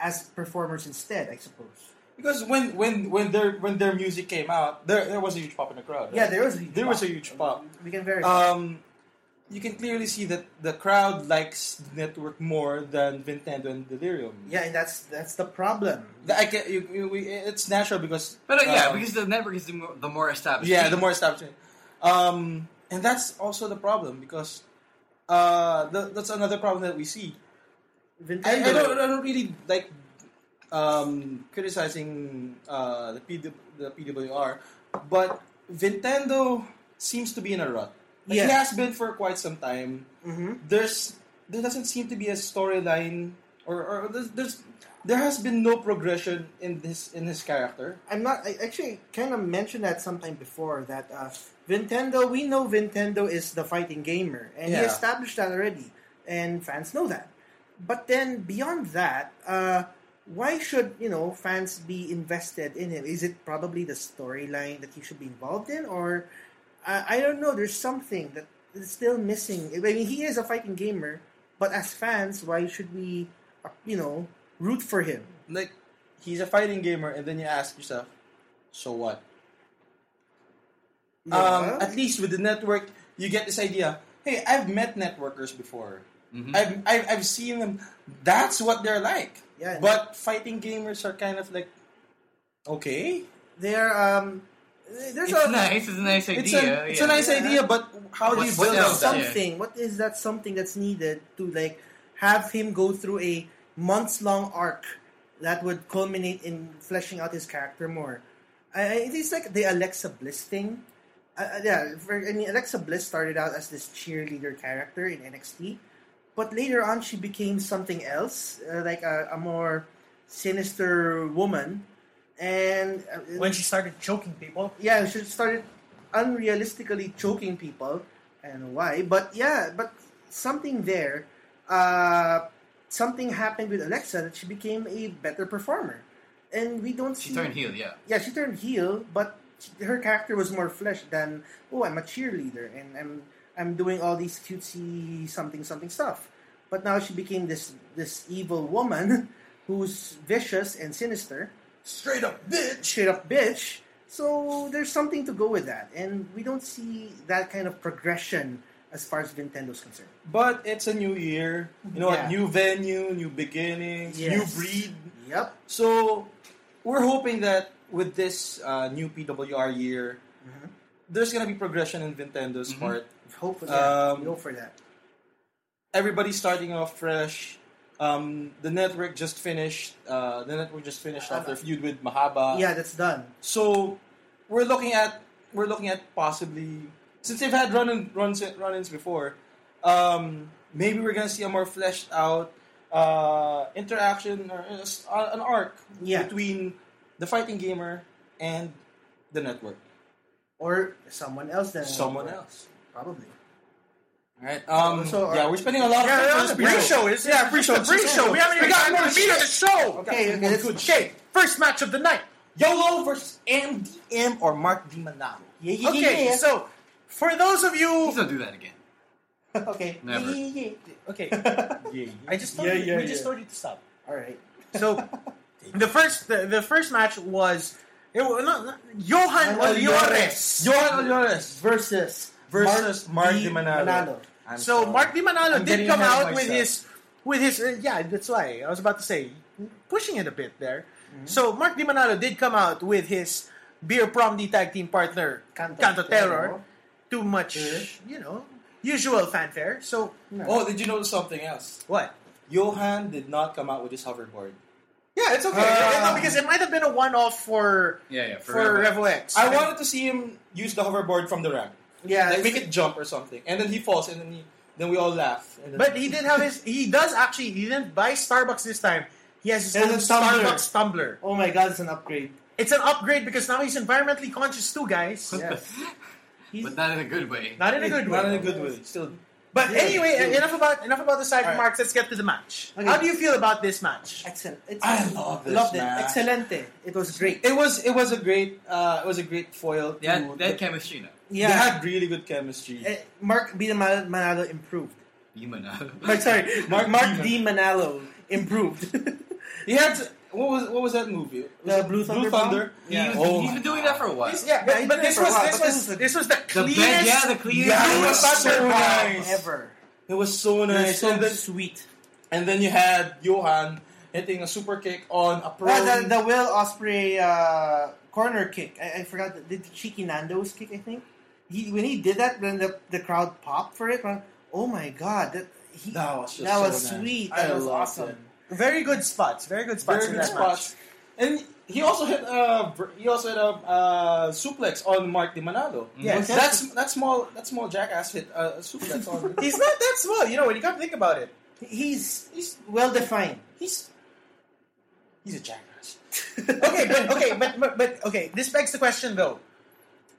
as performers instead? I suppose. Because when when when their when their music came out, there there was a huge pop in the crowd. right? Yeah, there was a huge there was a pop. huge pop. We can verify. Um, you can clearly see that the crowd likes the network more than Nintendo and Delirium. yeah, and that's that's the problem. I can, you, you, we, it's natural because But uh, yeah, um, because the network is the more, the more established. Yeah, the [laughs] more establishment. Um, and that's also the problem because uh, th- that's another problem that we see. I, I, don't, I don't really like um, criticizing uh, the, PD the PWR, but Nintendo seems to be in a rut. Like, Yeah. It has been for quite some time. Mm-hmm. There's there doesn't seem to be a storyline or, or there's, there's there has been no progression in this in his character. I'm not. I actually kind of mentioned that sometime before that uh, Nintendo. We know Nintendo is the fighting gamer, and he Yeah. established that already, and fans know that. But then beyond that, uh, why should you know fans be invested in him? Is it probably the storyline that he should be involved in, or I, I don't know? There's something that is still missing. I mean, he is a fighting gamer, but as fans, why should we, uh, you know, root for him? Like he's a fighting gamer, and then you ask yourself, so what? Yeah. Um, at least with the network, you get this idea. Hey, I've met networkers before. Mm-hmm. I've, I've I've seen them. That's what they're like. Yeah. But fighting gamers are kind of like, okay, They're um. There's It's a nice. It's a nice idea. it's a it's yeah. a nice Yeah. idea, but how do you What's- build what on else? that? Yeah. something. What is that something that's needed to like have him go through a months long arc that would culminate in fleshing out his character more? I, I- it is like the Alexa Bliss thing. Uh, uh, yeah, for, I mean Alexa Bliss started out as this cheerleader character in NXT, but later on she became something else, uh, like a, a more sinister woman. And uh, When she started choking people, yeah, she started unrealistically choking people. I don't know why, but yeah, but something there, uh, something happened with Alexa that she became a better performer, and we don't She see. turned heel. Yeah. Yeah, she turned heel, but she, her character was more flesh than oh, I'm a cheerleader and I'm I'm doing all these cutesy something something stuff. But now she became this this evil woman [laughs] who's vicious and sinister Straight up, bitch. straight up bitch. So there's something to go with that, and we don't see that kind of progression as far as Nintendo's concerned. But it's a new year. You know what? Yeah. New venue, new beginnings, Yes. new breed. Yep. So we're hoping that with this uh, new PWR year, Mm-hmm. there's gonna be progression in Nintendo's Mm-hmm. part. Hopefully, yeah, Um, we go for that. Everybody's starting off fresh. Um, the network just finished. Uh, the network just finished off their feud with Mahaba. yeah, that's done. So we're looking at we're looking at possibly since they've had run in, runs run-ins before, um, maybe we're gonna see a more fleshed out uh, interaction or a s- a- an arc Yeah. between the fighting gamer and the network. Or someone else then. Someone else. Probably. All right. Um, So, uh, yeah, we're spending a lot of Yeah, time we're on on this the pre-show. It's- Yeah, [laughs] pre-show. the pre-show. We haven't even got gotten more to the meat of the shit. show. Okay, okay, More let's- good shit. First match of the night. YOLO versus MDM or Mark D. Manalo. Yeah, yeah, Okay, yeah, yeah. so for those of Please you, don't do that again. okay. Never. Yeah, yeah, okay, Yeah, I just told [laughs] Yeah, you, yeah, we just yeah. told you to [laughs] stop. yeah. All right. So the first the, the first match was it was not, not- Johan Manuel Oliores. Johan Olivares Versus versus Mark, Di Di Manalo. Manalo. I'm So sorry. Mark Di Manalo I'm did getting come ahead of out with myself. his with his uh, yeah that's why I was about to say pushing it a bit there. Mm-hmm. So Mark Di Manalo did come out with his beer prom D tag team partner Canto Canto Terror. Terror. Too much, Mm-hmm. you know, usual fanfare. So Oh, did you notice something else? what? Johan did not come out with his hoverboard. Yeah, it's okay Ah. No, because it might have been a one off for Yeah, yeah. for, forever. Revo X. I wanted to see him use the hoverboard from the ramp, Yeah. it's- like make it jump or something, and then he falls, and then he, then we all laugh. And then, But he did have his. He does actually. He didn't buy Starbucks this time. He has his There's a own tumbler. Starbucks tumbler. oh my God, it's an upgrade. It's an upgrade because now he's environmentally conscious too, guys. Yes. but not in a good way. Not in a good not in way. a good way. Still, But Yeah, anyway, yeah. enough about enough about the side Alright. remarks. Let's get to the match. Okay. How do you feel about this match? Excellent. It's, I love this Loved it. match. Excelente. It was great. it was it was a great uh, it was a great foil. They had, to- they had chemistry now. they had really good chemistry. Eh, Mark B. Manalo Manalo improved. You might [laughs] not. Mark, sorry, Mark, [laughs] Mark Mark D. D. Manalo [laughs] improved. He had what was what was that movie? Was The it Blue Thunder Bomb? [laughs] He Yeah. was, Oh he's my been doing that for a while. This- yeah, Yeah, but, he but did it this for a was while, this but was this was a- this was the The best, cleanest. yeah, the cleanest. Yeah, it Blue was so Thunder Bomb nice. Ever. It was so nice. so and, then, sweet. and then you had Johan hitting a super kick on a pro. Well, Ah, the, the Will Osprey uh, corner kick. I, I forgot. The, did Cheeky Nando's kick? I think he when he did that, then the, the crowd popped for it. Went, oh my god! That, he, That was just that so was nice. sweet. I That was loved awesome. it. Very good spots. Very good spots. very in good that match. spots. And he also hit a he also hit a uh, suplex on Mark Di Manalo. Yeah, Yes, that's that small that small jackass hit uh, a suplex [laughs] on. He's not that small, you know, when you come to think about it. He's he's well defined. He's he's a [laughs] jackass. Okay, but okay, but, but but okay, this begs the question though.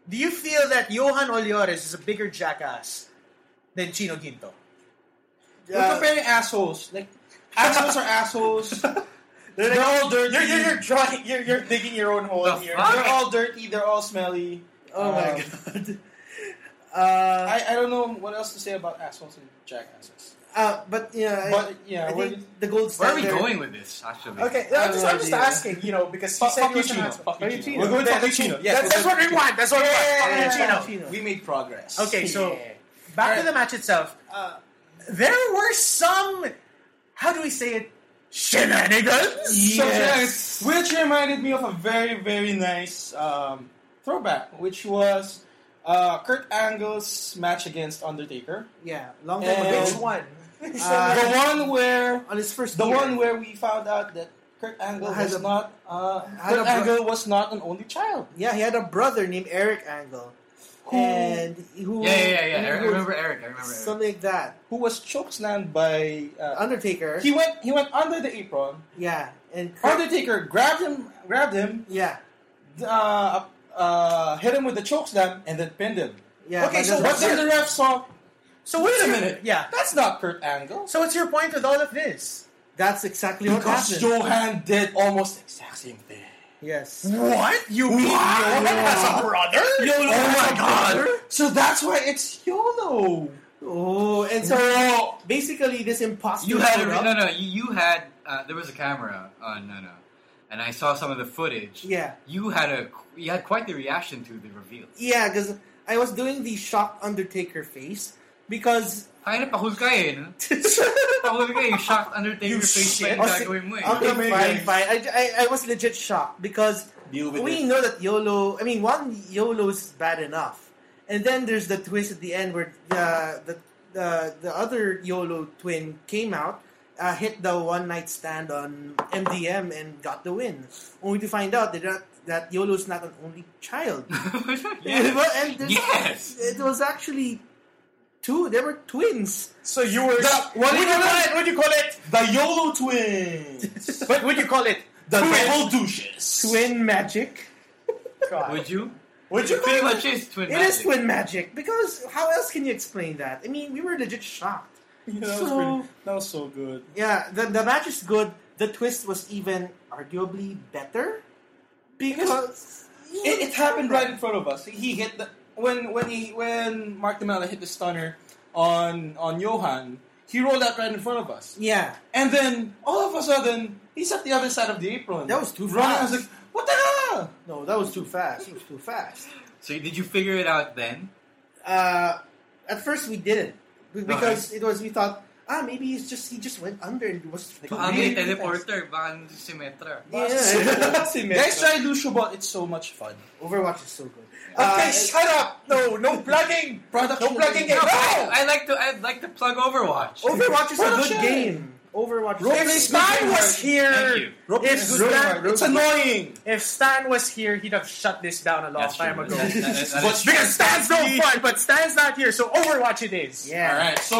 Do you feel that Johan Oliores is a bigger jackass than Chino Ginto? We're comparing assholes. Like assholes are assholes. They're all dirty. You're, you're, you're drawing. You're, [laughs] you're [laughs] digging your own hole The here. fuck? They're all dirty. They're all smelly. Oh Um, my god. Uh, I, I don't know what else to say about assholes and jackasses. uh, but yeah, I- But yeah, I we're- think the gold Where standard. are we going with this? Actually, Okay, I I'm have just, no I'm just idea. asking, you know, because he Fuck- said fuck he was you, an Chino. asshole. Fuck you, Fuck you, Chino. Chino. We're going That- fuck you, that's- Chino. Yes, That's, we're that's going what we want. That's what we want. Fuck you, Yeah, Chino. Chino. We made progress. Okay, so Yeah. back to Alright. the match itself. Uh, There were some, how do we say it, shenanigans. So, yes, which reminded me of a very very nice um, throwback, which was uh, Kurt Angle's match against Undertaker. Yeah, long time And- Which ago. one? Uh, the one where on his first the year. one where we found out that Kurt Angle Has was a- not uh, had Kurt a bro- Angle was not an only child. Yeah, he had a brother named Eric Angle, Who- and who Yeah, yeah, yeah. yeah. I who- remember Eric. I remember Eric. something like that. who was chokeslammed by uh, Undertaker. he went he went under the apron. yeah, and Undertaker grabbed him, grabbed him, yeah, uh, uh, hit him with the chokeslam, and then pinned him. yeah. but Okay, so that's- But then the ref saw. So wait Wait a minute, Yeah. that's not Kurt Angle. So what's your point with all of this? that's exactly what Because happened. Johan did almost the exact same thing. yes, What? You mean Johan has a brother? Oh YOLO has a brother? Oh So that's why it's YOLO. Oh, and so Bro. basically, this imposter. You had a, showed up. no, no. You, you had uh, there was a camera on no, no, and I saw some of the footage. Yeah, You had a you had quite the reaction to the reveal. yeah, because I was doing the shocked Undertaker face because [laughs] Kaya na pahulgay eh, [laughs] no? Pahulgay, yung shocked Undertaker You face shit. na yung gagawin mo eh. okay, [laughs] Oh my fine, God. fine. I, I, I was legit shocked because Deal with we it. know that YOLO. I mean, one YOLO is bad enough, and then there's the twist at the end where uh, the the the, the other YOLO twin came out, uh, hit the one night stand on MDM and got the win, only to find out that that, that YOLO's not an only [laughs] child. yes. Well, and there's- Yes. it was actually two. They were twins. So you were. The- what do you call it? What do you call it? The YOLO [laughs] twins. What would you call it? The Twin. double douches. Twin magic. God. Would you? Would you Pretty much is twin It is twin magic because how else can you explain that? I mean, we were legit shocked. Yeah, that, was So- pretty, that was so good. Yeah, the, the match is good. The twist was even arguably better because It, it happened right in front of us. He hit the when when he when Mark DeMello hit the stunner on on Johan. He rolled out right in front of us, Yeah, and then all of a sudden he's at the other side of the apron. That was too Running, fast. I was like, "What the hell?" no, that was too fast. It was too fast. So did you figure it out then? Uh, at first we didn't be- because it was we thought ah maybe he's just he just went under and it was too Ang may big. teleporter, baka nandun si Metra. [laughs] Yeah, Guys, try Luciobot. It's so much fun. Overwatch is so good. Uh, Okay, shut up. No, no plugging. Product No plugging it. No, No. I like to I'd like to plug Overwatch. Oh, Overwatch is a Overwatch, good yeah. game. Overwatch. Roleplay is If is a good Stan Roleplay was is Thank here, you. if It's, good. Stan, it's annoying. if Stan was here, he'd have shut this down a long That's time true. ago. That- that- that- that But is true. because Stan's no fun, but Stan's not here, so Overwatch it is. game. Yeah. All right, so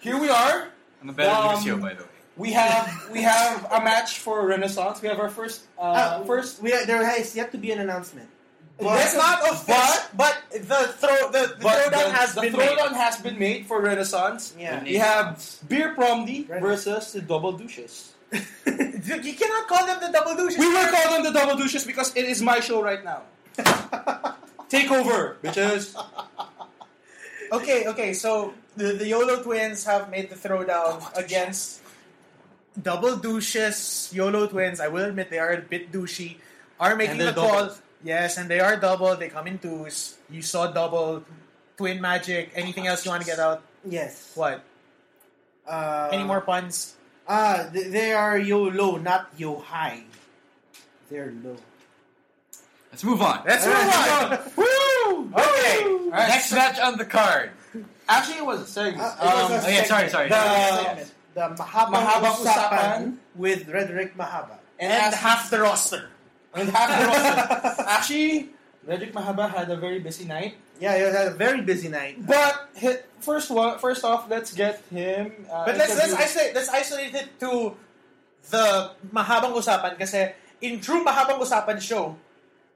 here we are. I'm a better Um, Lucio, by the way. We have we have a match for Renaissance. We have our first uh, Uh, first. we there has yet to be an announcement. That's not official, but the throw the, the But the, the throwdown has been made for Renaissance. Yeah. We have Beer Promdi Right. versus the Double Douches. You cannot call them the double douche. We will call them the Double Douches because it is my show right now. [laughs] Take over, bitches. Okay, okay, so the, the YOLO twins have made the throwdown against double douches. YOLO twins, I will admit they are a bit douchey, are making And they're the call. double. Yes, and they are double. They come in twos. You saw double. Twin magic. Anything else you want to get out? Yes. What? Uh, Any more puns? Ah, th- they are yo low, not yo high. They're low. Let's move on. Let's move on. Woo! [laughs] Oh, Okay. Alright, Next match on the card. Actually, it was a segment. Uh, it was Um, a Oh yeah, sorry, sorry. the- Yes, yes. the Mahaba Mahabang Usapan Usapan. with Redrick Mahaba. And, and as- half the roster. and half the roster. Actually, Redrick Mahaba had a very busy night. Yeah, it had a very busy night. But hi- first, wa- first off, let's get him. Uh, But let's, let's, interviewed. isolate, let's isolate it to the mahabang usapan kasi in true mahabang usapan show,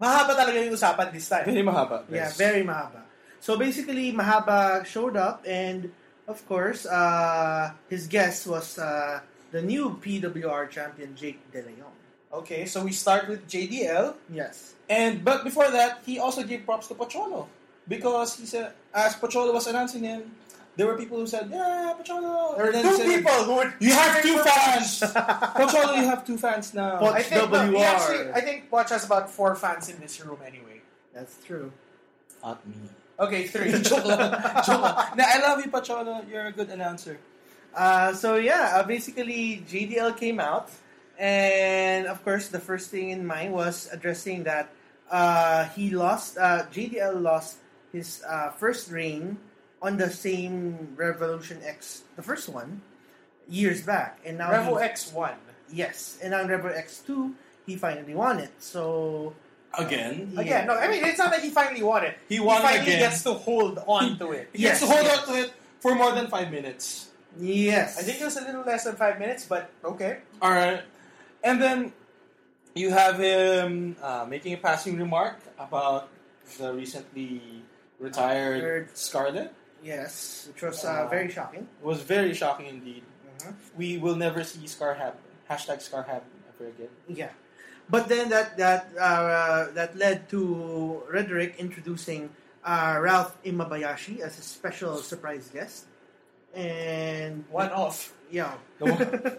mahaba talaga yung usapan this time. Very Mahaba. Yeah, yes. very Mahaba. So basically, Mahaba showed up, and of course, uh, his guest was uh, the new PWR champion, Jake De Leon. Okay, so we start with JDL. Yes. And but before that, he also gave props to Pocholo because he said, as Pocholo was announcing him, there were people who said, "Yeah, Pocholo." Or then Two said, people who would You have two [laughs] [laughs] fans, Pocholo. You have two fans now. I think WR. no, he actually, I think Watch has about four fans in this room anyway. That's true. Not me. [laughs] Okay, three. joke lang, joke lang. No, I love you, Pocholo. You're a good announcer. Uh, so yeah, uh, basically JDL came out, and of course the first thing in mind was addressing that uh, he lost. Uh, JDL lost his uh, first reign on the same Revolution X, the first one, years back, and now Revo he- X one. yes, and on Rebel X two he finally won it. So Again, yeah. Again, no, I mean it's not that he finally won it. He won it finally again. gets to hold on to it. he Yes, gets to hold yes. on to it for more than five minutes. yes, I think it was a little less than five minutes, but okay. All right. And then you have him uh, making a passing remark about the recently retired Retired. Scarlet. yes, which was uh, very shocking. It was very shocking indeed. Mhm. We will never see Scar happen. Hashtag Scar happen ever again. Yeah, but then that that uh, that led to Redrick introducing uh, Ralph Imabayashi as a special surprise guest, and One off. yeah, The [laughs] one-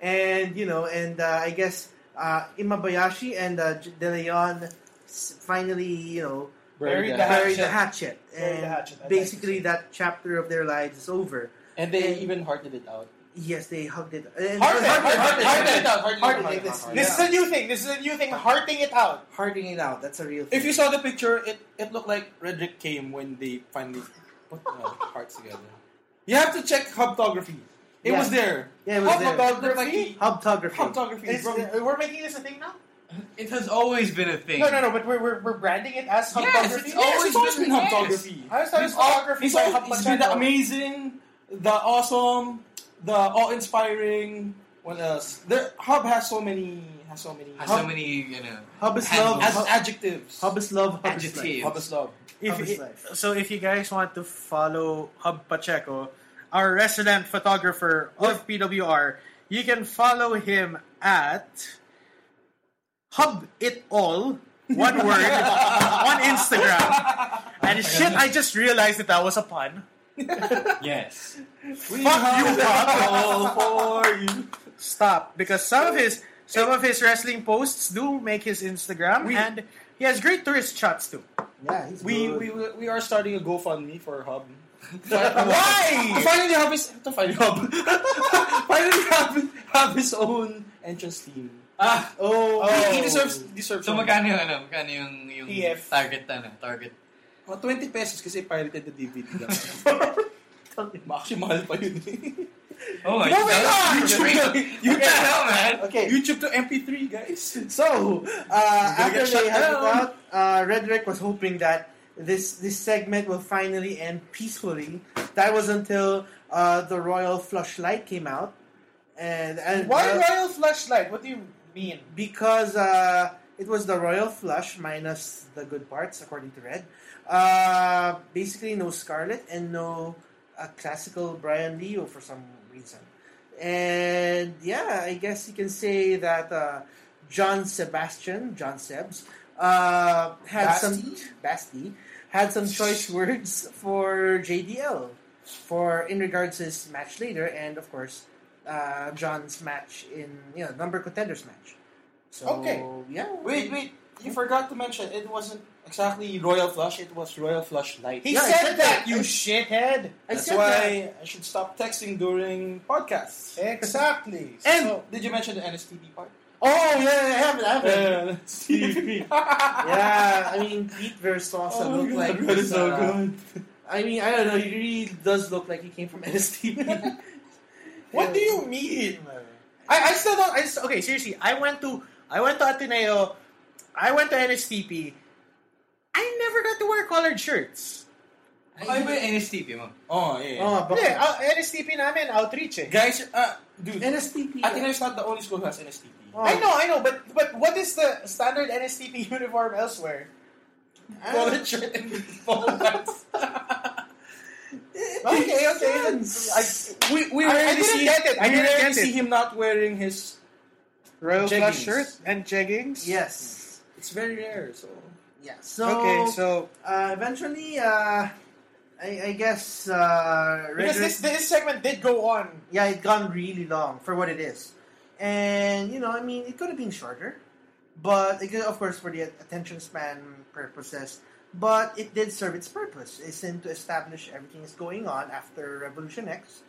and you know, and uh, I guess uh, Imabayashi and uh, J- De Leon s- finally you know Very Buried The that. bad. buried the hatchet, hatchet. Buried and the hatchet, I'd like to basically say. that chapter of their lives is over. And they even hearted it out. Yes, they hugged it. and- Hearted, Hearted, hearted. hearted, it out. Hearted it out. Hearted Hearted it. it out. Hearted This it is out. a new thing. This is a new thing. Hearting it out. Hearting it out. That's a real. Thing. If you saw the picture, it, it looked like Redrick came when they finally put the hearts together. You have to check Hubtography. It Yeah. was there. yeah, it was there. Hubtography? Hubtography. Hubtography. It's- From- uh, we're making this a thing now. It has always been a thing. No, no, no. But we're we're, we're branding it Yes, as hubography. it's Yes, it's always been Yes. hubtography. I always thought it was It's all- hubography It's by all- Hub it's been the Machado. amazing, the awesome, the awe-inspiring. What else? The hub has so many. Has so many. Has so hub, many, you know. Hub is handles. love. has Hub- adjectives. Hub is love. Hub is life. Adjectives. Hub is love. If Hub is it- life. so if you guys want to follow Hub Pacheco, our resident photographer of PWR, you can follow him at Hub It All, one word, on Instagram. And shit, I just realized that that was a pun. Yes. We Fuck have you, it Hub. all for you. Stop, because some of his some of his wrestling posts do make his Instagram, We- and he has great tourist shots too. Yeah, he's We, good. we we are starting a GoFundMe for [laughs] Hub. Why? To finally have his to finally Hub. [laughs] finally have, have his own entrance team. Ah, Oh, He, he deserves deserves. so one. magkano yung, ano, magkano yung, yung PF. target, ano, target. Mga 20 pesos kasi pirated na [laughs] DVD lang. [laughs] Actually, mahal pa yun eh. Oh my Moving [laughs] on! YouTube, you Okay. hell, man. Okay. YouTube to MP3, guys. So uh, after get shut they had it down. out, uh, Redrick was hoping that this this segment will finally end peacefully. That was until uh, the royal flushlight came out, and, and Why uh, royal flashlight? What do you mean? because uh, it was the royal flush minus the good parts, according to Red. Uh, basically, no Scarlet and no uh, classical Brian Leo for some reason. And yeah, I guess you can say that uh, John Sebastian, John Sebs, uh, had some Basti had some choice words for JDL for in regards to his match later, and of course, uh, John's match in you know number contenders match. So Okay. yeah, Wait, wait. You forgot to mention, it wasn't exactly Royal Flush, it was Royal Flush Light. He Yeah, I said, said that, that. you I- shithead. I That's said why I should stop texting during [laughs] podcasts. Exactly. And So- did you mention the NSTP part? Oh yeah, I have it. I Uh, have it. [laughs] NSTP. yeah, I mean Pete Versosa Oh, looked like that is so uh, good. [laughs] I mean I don't know. He really does look like he came from NSTP. What do you mean? I, I still don't. I still, okay, seriously, I went to I went to Ateneo, I went to NSTP. I never got to wear colored shirts. Ay, ba yung NSTP mo? Oh, yeah. yeah. Oh, but Hindi, uh, NSTP namin outreach. Eh. Guys, uh, dude, NSTP. I think it's not the only school who has NSTP. Oh. I know, I know, but but what is the standard NSTP uniform [laughs] elsewhere? I don't- [laughs] Colored shirt and [laughs] baseball hats. It Okay, makes okay, then. sense. we we I- I rarely didn't see, get it. I we didn't rarely get it. see him not wearing his. Royal Jeggings. Flush shirt and jeggings. Yes. It's very rare, so. Yeah. So, okay, so uh, eventually, uh, I, I guess uh, because regular- this this segment did go on. yeah, it gone really long for what it is, and you know, I mean, it could have been shorter, but it could- of course, for the attention span purposes. But it did serve its purpose, is in to establish everything is going on after Revolution X,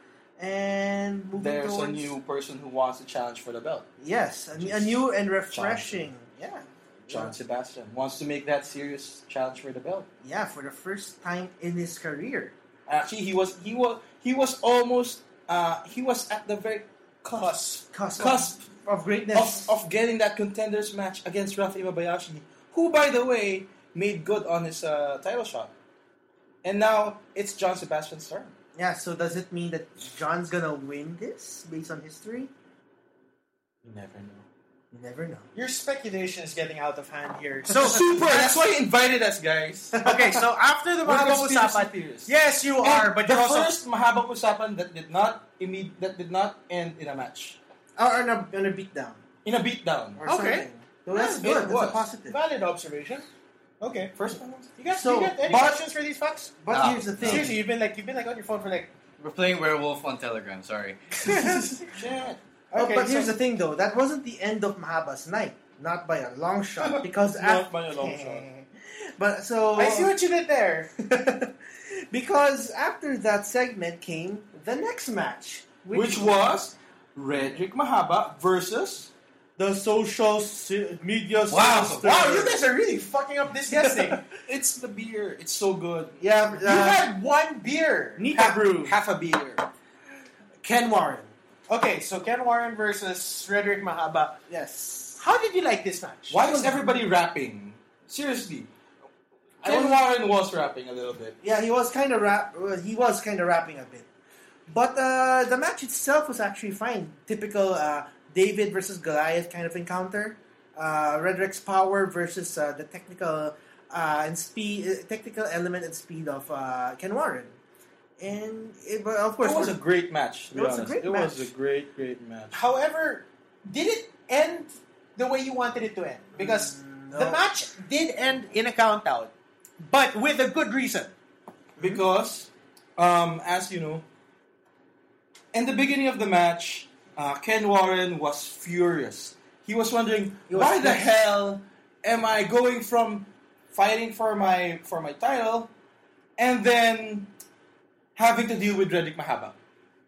and moving There's a towards- new person who wants to challenge for the belt. yes, a, a Just new and refreshing, yeah, John Sebastian wants to make that serious challenge for the belt. yeah, for the first time in his career. Actually, he was he was he was almost uh, he was at the very cusp Cusp, cusp of greatness. of, of getting that contenders match against Rafa Imabayashi, who by the way made good on his uh, title shot. And now it's John Sebastian's turn. yeah, so does it mean that John's gonna win this based on history? You never know. You never know. Your speculation is getting out of hand here. So So super. That's why he invited us, [laughs] guys. okay, so after the We're Mahabang conspiracy usapan, theorists. yes, you And are, but the you're also first mahabang usapan that did not imme- that did not end in a match, Or on a, on a beatdown. in a beatdown. Or Something. Okay. So that's Yeah, it good. That's a was. positive. valid observation. Okay, First one was- you guys, So, you got any but- questions for these facts? But Nah. here's the thing. Seriously, you've been like you've been like on your phone for like. We're playing werewolf on Telegram. Sorry. Shit. Oh, Okay, but here's the so- thing, though. That wasn't the end of Mahaba's night. Not by a long shot. Because Not af- by a long shot. [laughs] But so. I see what you did there. [laughs] because after that segment came the next match, Which was Redrick [laughs] Mahaba versus the social si- media. Wow. sister. Wow, you guys are really fucking up this guest thing. It's the beer. It's so good. Yeah, you uh, had one [laughs] beer. Nita Brew, Half a beer. Ken Warren. Okay, so Ken Warren versus Frederick Mahaba. Yes. How did you like this match? Why was everybody rapping? Seriously. I Ken was- Warren was rapping a little bit. Yeah, he was kind of rap. well, He was kind of rapping a bit, but uh, the match itself was actually fine. Typical uh, David versus Goliath kind of encounter. Uh, Redrick's power versus uh, the technical uh, and speed, uh, technical element and speed of uh, Ken Warren, and it, but of course, It was a great match. It to be was a honest. great it match. was a great, great match. However, did it end the way you wanted it to end? Because no. the match did end in a countout, but with a good reason. because, um, as you know, in the beginning of the match, uh, Ken Warren was furious. He was wondering He was why the pissed. hell am I going from fighting for my for my title and then having to deal with Reddick Mahaba.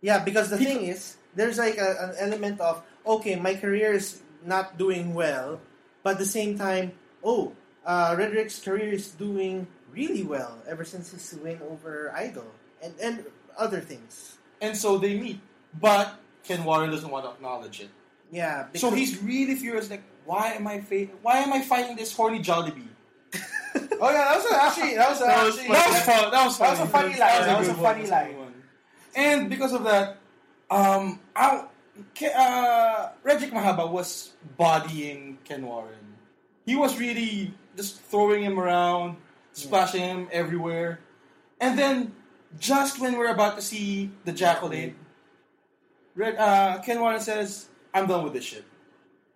yeah. Because the thing is, there's like a, an element of okay, my career is not doing well, but at the same time, oh, uh, Redrick's career is doing really well ever since his win over Idol and and other things. And so they meet, but Ken Warren doesn't want to acknowledge it. Yeah. so because- he's really furious. Like, why am I fa- why am I fighting this horny [laughs] Jollibee? Oh yeah, that was actually that was That was, actually that was fun. That was That was funny. a funny line. That was a good funny one. That was line. good one. And because of that, um, I, Ke- uh, Redick Mahaba was bodying Ken Warren. He was really just throwing him around, splashing him everywhere. And then, just when we're about to see the accolade, Red, uh, Ken Warren says, "I'm done with this shit.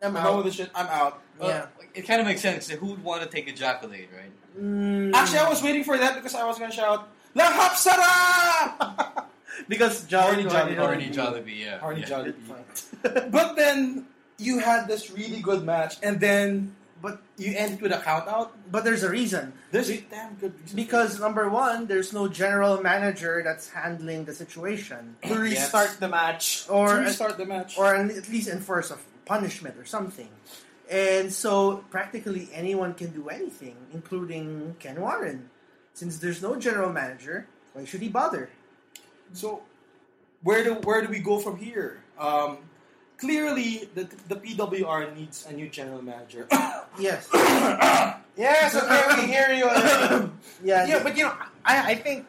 I'm I'm out. done with this shit. I'm out." Well, Yeah. It kind of makes sense. Who would want to take a jocolade, right? Mm, Actually, I was waiting for that because I was gonna shout, "Lang Hap [laughs] Sarap!" because Horny John Jollibee. Horny Jollibee, yeah. Horny yeah. Jollibee. But then you had this really good match, and then But you ended with a count out. but there's a reason. There's a damn good reason. Because number one, there's no general manager that's handling the situation, to restart the match. or to restart the match, or an- at least enforce a f- punishment or something. And so practically anyone can do anything, including Ken Warren. Since there's no general manager, why should he bother? so where do where do we go from here? Um, clearly, the the PWR needs a new general [coughs] manager. Yes. Yes, okay, we hear you. already. Yeah. yeah, but you know, I, I think,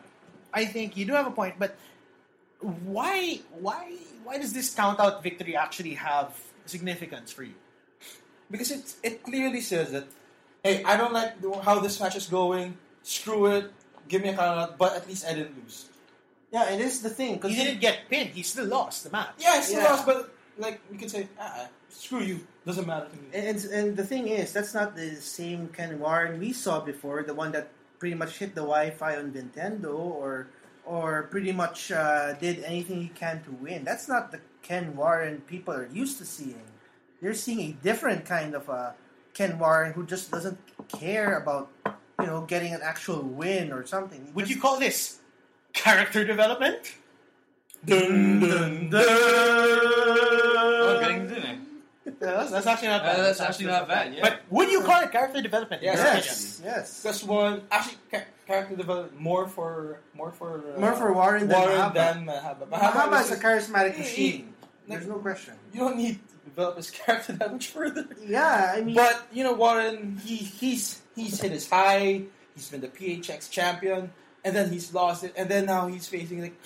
I think you do have a point. But why, why, why does this count out victory actually have significance for you? [coughs] because it it clearly says that hey, I don't like the- how this match is going. Screw it. Give me a countout, but at least I didn't lose. yeah, and this is the thing. Cause He didn't get pinned. He still lost the match. Yeah, I still Yeah. lost, but like you could say, ah, screw you. Doesn't matter to me. And, and and the thing is, that's not the same Ken Warren we saw before. The one that pretty much hit the Wi-Fi on Nintendo, or or pretty much uh, did anything he can to win. That's not the Ken Warren people are used to seeing. You're seeing a different kind of uh, Ken Warren who just doesn't care about you know getting an actual win or something. He Would just- you call this character development? Dun, dun, dun. Oh, getting dinner. that's, actually not Uh, that's actually not bad. Yeah. But would you call it character development? Yes. Yes. yes, yes. Because one actually ca- character development more for more for uh, More for Warren than Mahaba. Warren than Mahaba. Mahaba was is a just- charismatic He- machine. he- There's no question. you don't need to develop his [laughs] character that much further. Yeah, I mean, But you know Warren, he he's he's hit his high. He's been the PHX champion, and then he's lost it, and then now he's facing like,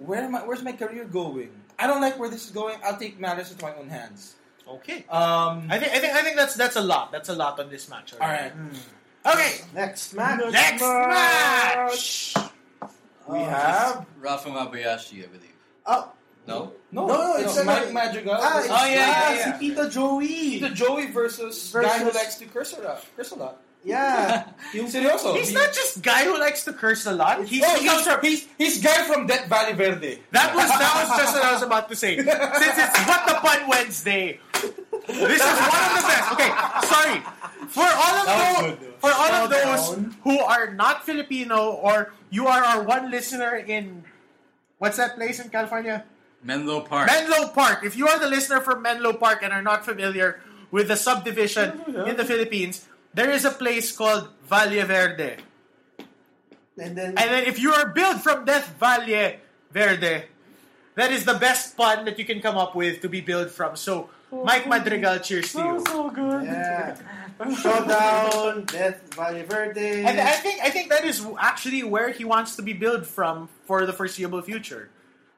where am I? Where's my career going? I don't like where this is going. I'll take matters into my own hands. Okay. Um, I think I think I think that's that's a lot. That's a lot on this match. all right. Mm. Okay. next match. Next match. We have Rafa Mabayashi, I believe. Oh. No? no, No, no, it's Mike another- Madrigal. Ah, it's versus- Oh, yeah, yeah, ah, yeah. si Tito Joey. The Joey versus, guy who Versus- likes to curse a lot. Curse a [laughs] lot. Yeah. Yung seryoso. He's not just guy who likes to curse a lot. He's, oh, he he's, comes from- he's, he's guy from Death Valley Verde. that was that was just what I was about to say. Since it's what the pun Wednesday, this is one of the best. Okay, sorry for all of That was those good, though. for all of Well those who are not Filipino or you are our one listener in what's that place in California? Menlo Park. Menlo Park. If you are the listener from Menlo Park and are not familiar with the subdivision in the Philippines, there is a place called Valle Verde. And then, And then if you are billed from Death Valle Verde, that is the best pun that you can come up with to be billed from. So, Mike Madrigal, cheers to you. yeah. Showdown, Death Valley Verde. And I think I think that is actually where he wants to be billed from for the foreseeable future.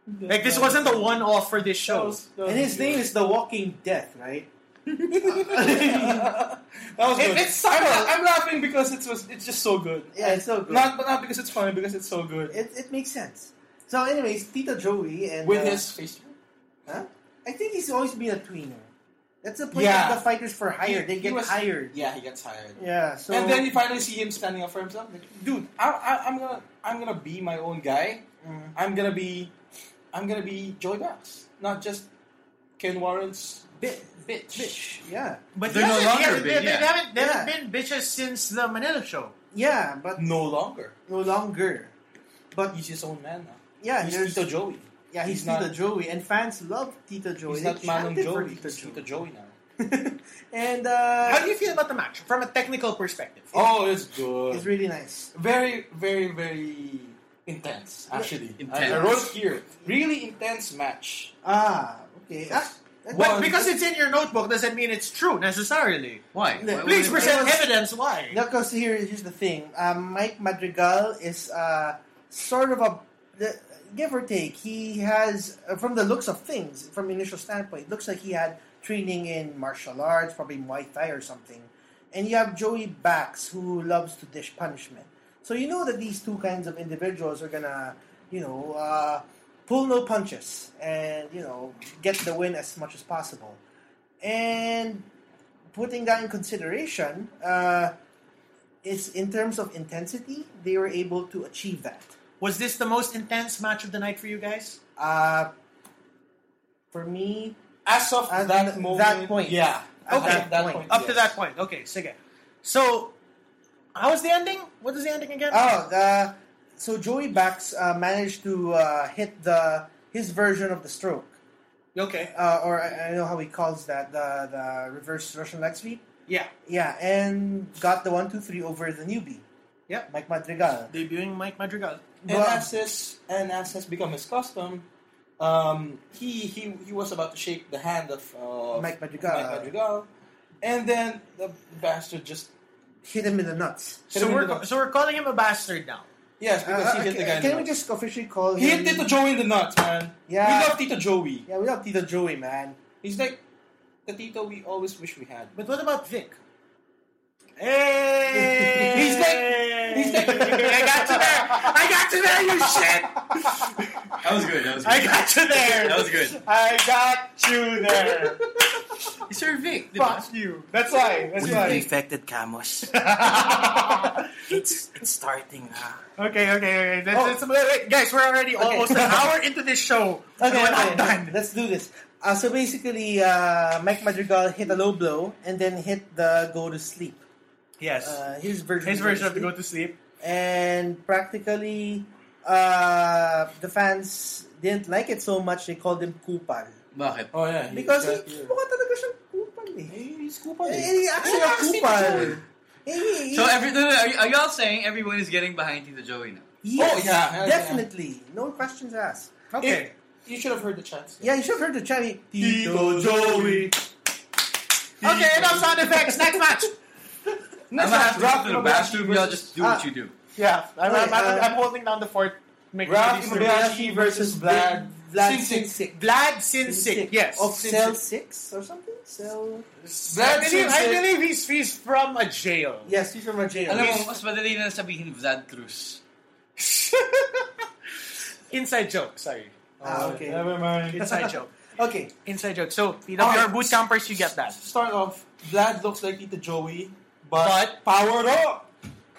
Like this wasn't the one-off for this That show. was- that and was his good. name is The Walking Death, right? [laughs] that was It- good. it's I'm, subtle. la- I'm laughing because it's was it's just so good. Yeah, it's so good. Not but not because it's funny, because it's so good. It, it makes sense. So, anyways, Tito Joey and With uh, his face, huh? I think he's always been a tweener. That's the point Yeah. that the fighters for hire. He- They he get was- hired. Yeah, he gets hired. Yeah. So and then you finally see him standing up for himself. Like, Dude, I, I, I'm gonna I'm gonna be my own guy. Mm-hmm. I'm gonna be I'm gonna be Joey Knox, not just Ken Warren's bitch. bitch. bitch. yeah, But They're he no hasn't- longer he hasn't- big, they- they yeah. haven't, they haven't Yeah. been bitches since the Manila show. yeah, but No longer. no longer. But He's his own man now. yeah, he's there's- Tito Joey. Yeah, he's, He's not- Tito Joey, and fans love Tito Joey. He's They not Manong chanted for Joey. He's Tito Joey now. [laughs] and How uh, do you feel about the match from a technical perspective? Oh, it's good. it's really nice. very, very, very intense. Actually, Intense. I, I wrote here really intense match. Ah, okay. Ah, that- But Well, because it's in your notebook doesn't mean it's true necessarily. Why? No, Why would Please it- present was- evidence why. no, because here, here's the thing. Um, Mike Madrigal is uh, sort of a the, give or take. He has, uh, from the looks of things, from initial standpoint, it looks like he had training in martial arts, probably Muay Thai or something. And you have Joey Bax, who loves to dish punishment. So you know that these two kinds of individuals are gonna, you know, uh, pull no punches and you know get the win as much as possible. And putting that in consideration, uh, it's in terms of intensity, they were able to achieve that. Was this the most intense match of the night for you guys? Uh, for me, As of At that that moment, point. yeah. At that At that point. point, Up to yes. that point. Okay, sige. So, how was the ending? What is the ending again? oh, the, so Joey Bax uh, managed to uh, hit the his version of the stroke, okay. uh, or I, I don't know how he calls that, the the reverse Russian leg sweep. Yeah. Yeah, and got the one two three over the newbie. Yep. Mike Madrigal. Debuting Mike Madrigal. And Well- as has and as has become his custom, Um, he, he he was about to shake the hand of uh, Mike Madrigal. Mike Madrigal, and then the bastard just Hit him in the nuts. hit So him we're in the- ca- so we're calling him a bastard now. yes because Uh, he hit okay, the guy. in the can we nuts. just officially call He him? hit Tito Joey in the nuts, man. Yeah. we love Tito Joey. Yeah, we love Tito Joey, man. He's like the Tito we always wish we had. But what about Vic? Hey, He's like- he's like- I got you there. I got you there. You shit. That was good. That was good. I got you there. That was [laughs] good. I got you there. It's Sir Vic. diba? Fuck you. That's why. That's why. infected Camus. It's, it's starting ah. now. [laughs] Okay, okay, okay. That's, that's- wait, wait, guys, we're already almost an hour into this [laughs] show. Okay, and we're okay, not done. let's do this. Uh, so basically, uh, Mike Madrigal hit a low blow and then hit the go to sleep. Yes. Uh, his version. His version of the go go to to sleep. sleep. And practically, uh, the fans didn't like it so much. They called him Kupal Bakit? Oh yeah, he because got- he mukha talaga siyang Kupal eh. Hey, he's Koopa. Eh, eh. He actually Yeah, a si Kupal. Joey. Eh, he- he- So, oh, every, no, no, are, y- are y'all saying everyone is getting behind Tito Joey now? yes, Oh, yeah, yeah, definitely. No questions asked. Okay. You should have heard the chants. Yeah, you should have heard the Chevy. Joey. Okay, enough sound effects. Next match. I'm gonna have to Rock go to the Ibabashi bathroom. Y'all versus- just do what Ah. you do. [laughs] Yeah, I'm, Okay, I'm, I'm, uh, I'm holding down the fort. Making Ralph these three. Ibabashi versus Vlad. Vlad Sin Sin Sik. Sik. Vlad Sin Oh, Sick. Yes. Of Sin Cell Sik. 6 or something? Cell. I Vlad believe, I Sin Sik. believe he's, he's from a jail. Yes, he's from a jail. Alam He's- mo, mas madali na sabihin Vlad Cruz. [laughs] Inside joke, sorry. Oh, Ah, okay. Never [laughs] mind. Inside joke. Okay. Inside joke. So, PWR Alright. boot campers, you get that. To start off, Vlad looks like Tito Joey, but, But- powered up.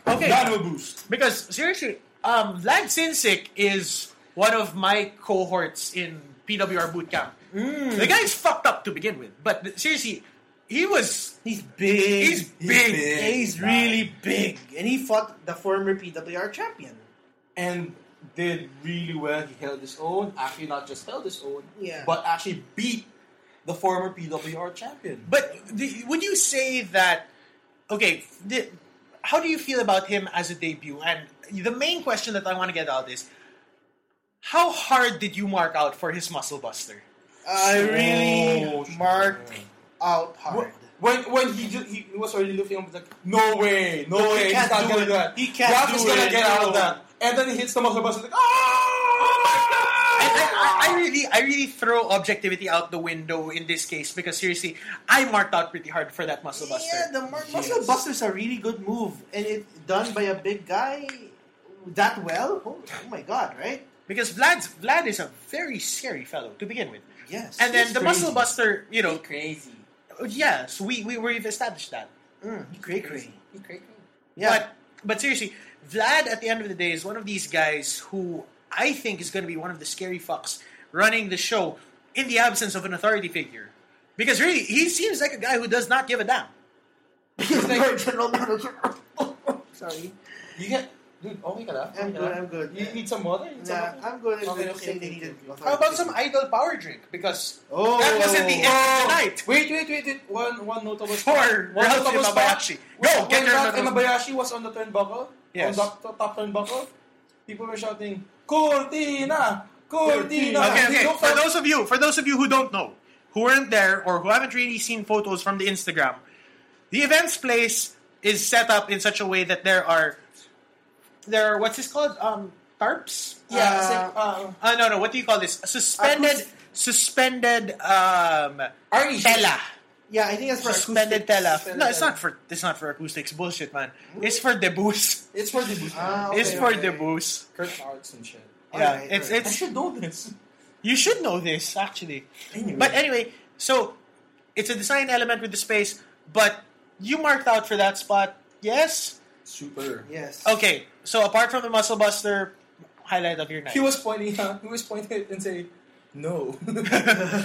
Okay. That will boost. Because seriously, um, Vlad Sinsik is one of my cohorts in PWR boot camp. The guy's fucked up to begin with, but th- seriously, he was He's big. he's big. big. Yeah, he's really big. And he fought the former PWR champion. And did really well. He held his own. Actually, not just held his own, Yeah. but actually beat the former PWR champion. But the, would you say that? Okay, the, how do you feel about him as a debut? And the main question that I want to get out is, how hard did you mark out for his muscle buster? I really Oh, marked out hard. When when he ju- he was already looking up, like no way, no, No, he way, he's can't not do gonna it. do that. He can't Ralph do is gonna it. get out No. of that, and then he hits the muscle bus. Like, [laughs] oh And my god! I, I, I really, I really throw objectivity out the window in this case because seriously, I marked out pretty hard for that muscle buster. Yeah, the mar- muscle buster's a really good move. And it done by a big guy that well? Oh, oh my god, right? Because Vlad's Vlad is a very scary fellow to begin with, Yes. and then He's the crazy. muscle buster, you know, Crazy. yes, we we we've established that. Mm, great, great. You crazy. Yeah. [laughs] But but seriously, Vlad at the end of the day is one of these guys who I think is going to be one of the scary fucks running the show in the absence of an authority figure. Because really, he seems like a guy who does not give a damn. [laughs] General manager. Sorry. You get dude. Oh my god! I'm good, I'm good. You need some water? You need Nah, some water? I'm good. I'm Okay, good. okay, Say okay, they okay. needed How about some idle power drink? Because Oh, that was at the end of the night. Wait, wait, wait, wait. One, one notable spot. For One Ralph notable spot. Ibabayashi. Go, when get your Ralph notable- Ibabayashi was on the turnbuckle, Yes. on the top turnbuckle, people were shouting, Cortina! Cortina! Okay, He okay. looked For up- those of you, for those of you who don't know, who weren't there or who haven't really seen photos from the Instagram, the events place is set up in such a way that there are there are what's this called? Um, tarps? Yeah, it's like, uh, Uh, no, no. What do you call this? Suspended, suspended um, Arnie, tela. Yeah, I think that's for Suspended acoustic. tela. Suspended No, it's tela. not for. It's not for acoustics. Bullshit, man. It's for debuts. It's for the boost. Ah, it's okay, for okay. debuts. Curtain arts and shit. Yeah, Alright, it's alright. I it's should know this. You should know this, actually. Anyway. But uh, anyway, so it's a design element with the space, but you marked out for that spot, yes? Super. Yes. Okay, so apart from the muscle buster, highlight of your night. He was pointing out, he was pointing and saying, no. [laughs]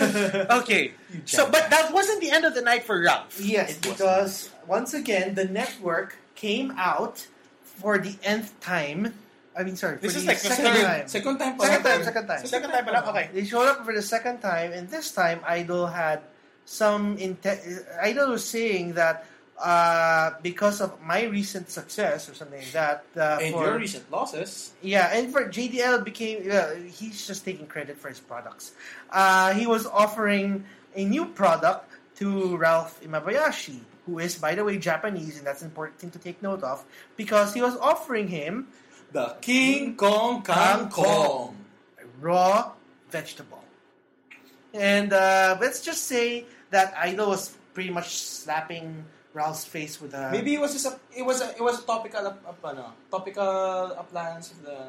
okay, so but that wasn't the end of the night for Ralph. Yes, because once again the network came out for the nth time. I mean, sorry, for This the is like the second third- time. Second time pa Second lang. time, second time. Second time pala, okay. They showed up for the second time, and this time Idol had some intent. Idol was saying that uh, because of my recent success or something like that. Uh, and for- your recent losses. yeah, and for JDL became uh, he's just taking credit for his products. Uh, he was offering a new product to Ralph Imabayashi, who is by the way Japanese, and that's important to take note of because he was offering him The King Kong Kang Kong. a raw vegetable. And uh, let's just say that Idol was pretty much slapping Ralph's face with a Maybe it was just a it was a it was a topical up, up, ano, topical appliance of the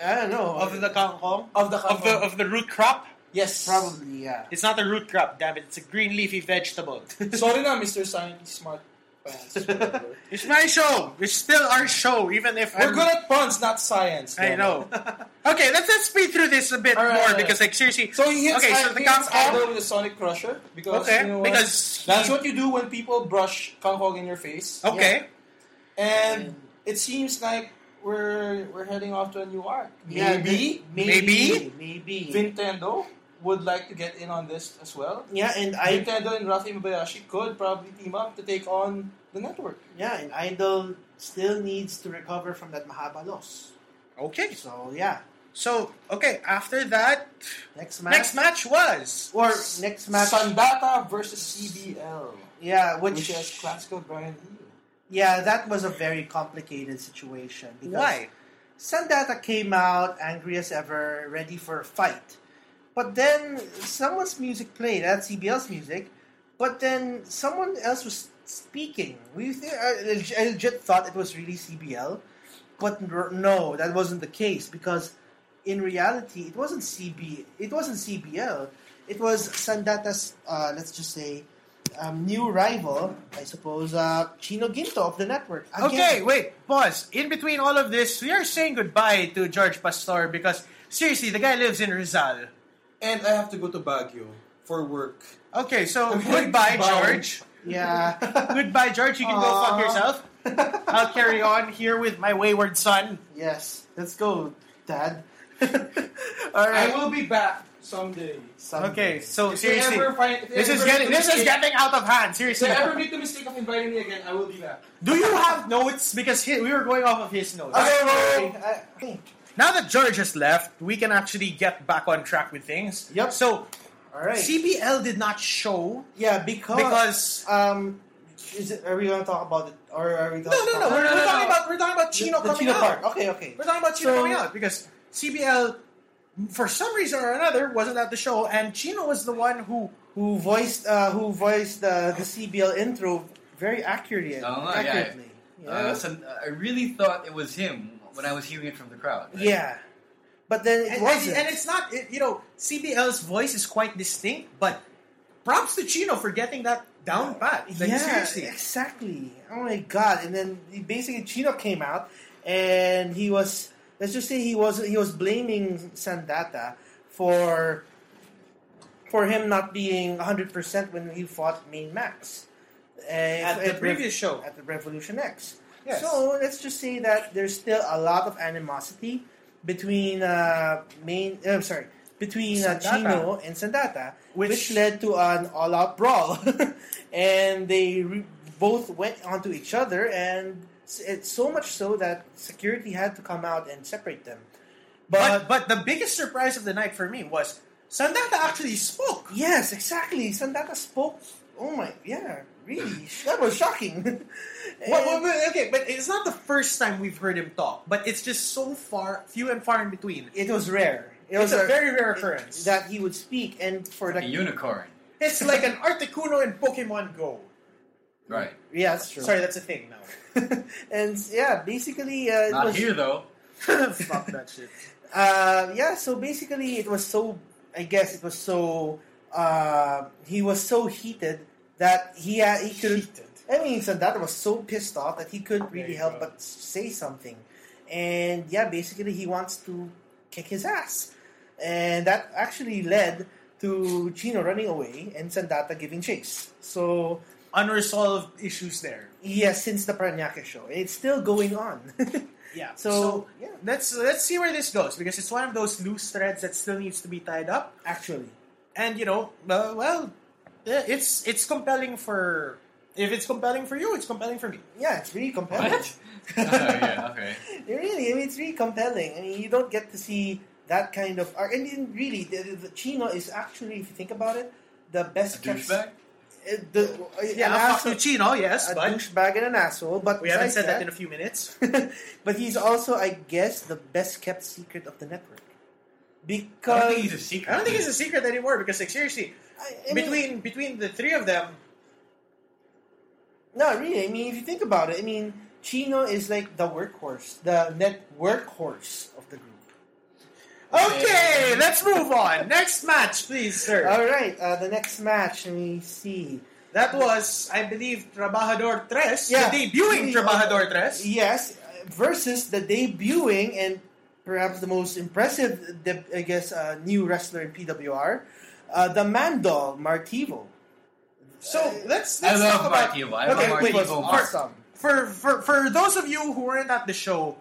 I don't know Of the Kang Kong? of the Of the, of the root crop? yes probably yeah. It's not a root crop, damn it. It's a green leafy [laughs] vegetable. Sorry na, Mr. Science Smart Pants. whatever. it's my show. It's still our show, even if I'm- We're good at puns, not science. I damn know. [laughs] okay, let's let's speed through this a bit All right, more all right. because like seriously. it. So he hits, okay, I, so the he hits Kang Kong- Idol with a Sonic Crusher because Okay, you know what? because he- that's what you do when people brush Kang Kong in your face. okay, And it seems like we're we're heading off to a new arc. Yeah, Maybe Maybe? maybe Nintendo would like to get in on this as well. yeah, and I Nintendo and Rafi Mabayashi could probably team up to take on the network. yeah, and Idol still needs to recover from that Mahaba loss. okay. So yeah, So okay, after that, next match next match was or next match, Sandata versus CBL, yeah, which, which is classical Brian Eno. yeah, that was a very complicated situation. Because why? Sandata came out angry as ever, ready for a fight. But then someone's music played. That's CBL's music. But then someone else was speaking. We th- I leg- I legit thought it was really CBL, but r- no, that wasn't the case because in reality it wasn't CB. It wasn't CBL. It was Sandata's. Uh, let's just say. Um, new rival, I suppose, uh, Chino Ginto of the network. Again. Okay, wait, pause. In between all of this, we are saying goodbye to George Pastor because seriously, the guy lives in Rizal. And I have to go to Baguio for work. Okay, so Okay, goodbye, goodbye. [laughs] George. yeah, [laughs] Goodbye, George. You can go fuck Aw. yourself. I'll carry on here with my wayward son. Yes, let's go, [laughs] Dad. All I right. will be back someday. Sunday. Okay, so If they seriously, ever find, if they this is ever getting make this the is mistake- getting out of hand. If Seriously, they ever make the mistake of inviting me again, I will be back. do you have notes? Because he, we were going off of his notes. Okay, wait, wait, I- okay. Now that George has left, we can actually get back on track with things. Yep. So All right. CBL did not show yeah, because, because um, is it? Are we gonna talk about it, or are we? no, Gonna no, no. talk We're, about we're no, talking no. about we're talking about Chino the, the coming Chino out. part. Okay, okay. We're talking about Chino So- coming out because CBL, for some reason or another, wasn't at the show, and Chino was the one who Who voiced? Uh, who voiced uh, the CBL intro very accurately? Oh, yeah. accurately. Uh, so, I really thought it was him when I was hearing it from the crowd. right? yeah. But then it and, and, wasn't. and it's not it, you know CBL's voice is quite distinct, but props to Chino for getting that down pat. Like, yeah, seriously. exactly. Oh my god! And then he- basically Chino came out, and he was let's just say he was he was blaming Sandata for for him not being hundred percent when he fought Main Max And- At the Rev- previous show. at the Revolution X. Yes. So let's just say that there's still a lot of animosity between uh, main. Uh, sorry. Between uh, Sandata. Chino and Sandata, Which- which, led to an all-out brawl, [laughs] and they re- both went onto each other, and s- it's so much so that security had to come out and separate them. But but the biggest surprise of the night for me was Sandata actually spoke. Yes, exactly. Sandata spoke. Oh my, yeah, [laughs] really, that was shocking. Well, well, And- well, okay, but it's not the first time we've heard him talk, but it's just so far, few and far in between. it was rare. It was It's a very rare occurrence. that he would speak, and for the Like a unicorn. [laughs] It's like an Articuno in Pokemon Go. Right. yeah, that's true. Sorry, that's a thing now. [laughs] and yeah, basically, uh, it Not was, here, though. [coughs] Fuck that shit. uh, yeah, so basically, it was so. I guess it was so. Uh, he was so heated that he uh, he could. I mean, Sandata was so pissed off that he couldn't really you help go. but say something, and yeah, basically, he wants to kick his ass, and that actually led to Chino running away and Sandata giving chase. So. Unresolved issues there. Yes, since the Paranaque show, it's still going on. [laughs] Yeah. So, So, yeah. let's let's see where this goes because it's one of those loose threads that still needs to be tied up. Actually, And you know, uh, well, eh, it's it's compelling for If it's compelling for you, it's compelling for me. Yeah, it's really compelling. [laughs] What? oh, yeah, okay. It [laughs] really, I mean, it's really compelling. I mean, you don't get to see that kind of art. I mean, really, the, the, the Chino is actually, if you think about it, the A best kept. uh, douchebag? The, uh, an [laughs] Yeah, asshole, fuck Lucino, yes, a but douchebag and an asshole. But we haven't besides said that [laughs] in a few minutes. but he's also, I guess, the best kept secret of the network I because don't think he's a secret. I don't think it's a secret anymore because, like, seriously, I- I mean- between between the three of them, No, really. I mean, if you think about it, I mean, Chino is like the workhorse, the net workhorse of the group. Okay, let's move on. Next match, please, sir. All right, uh, the next match, let me see. that was, I believe, Trabajador Tres, Yeah. uh, the debuting Trabajador Tres. Yes, uh, versus the debuting and perhaps the most impressive, de- I guess, uh, new wrestler in PWR, uh, the Mandal Martivo. So let's, I let's love talk about Martivo. I love okay, wait, Martivo. for- For, for for those of you who weren't at the show,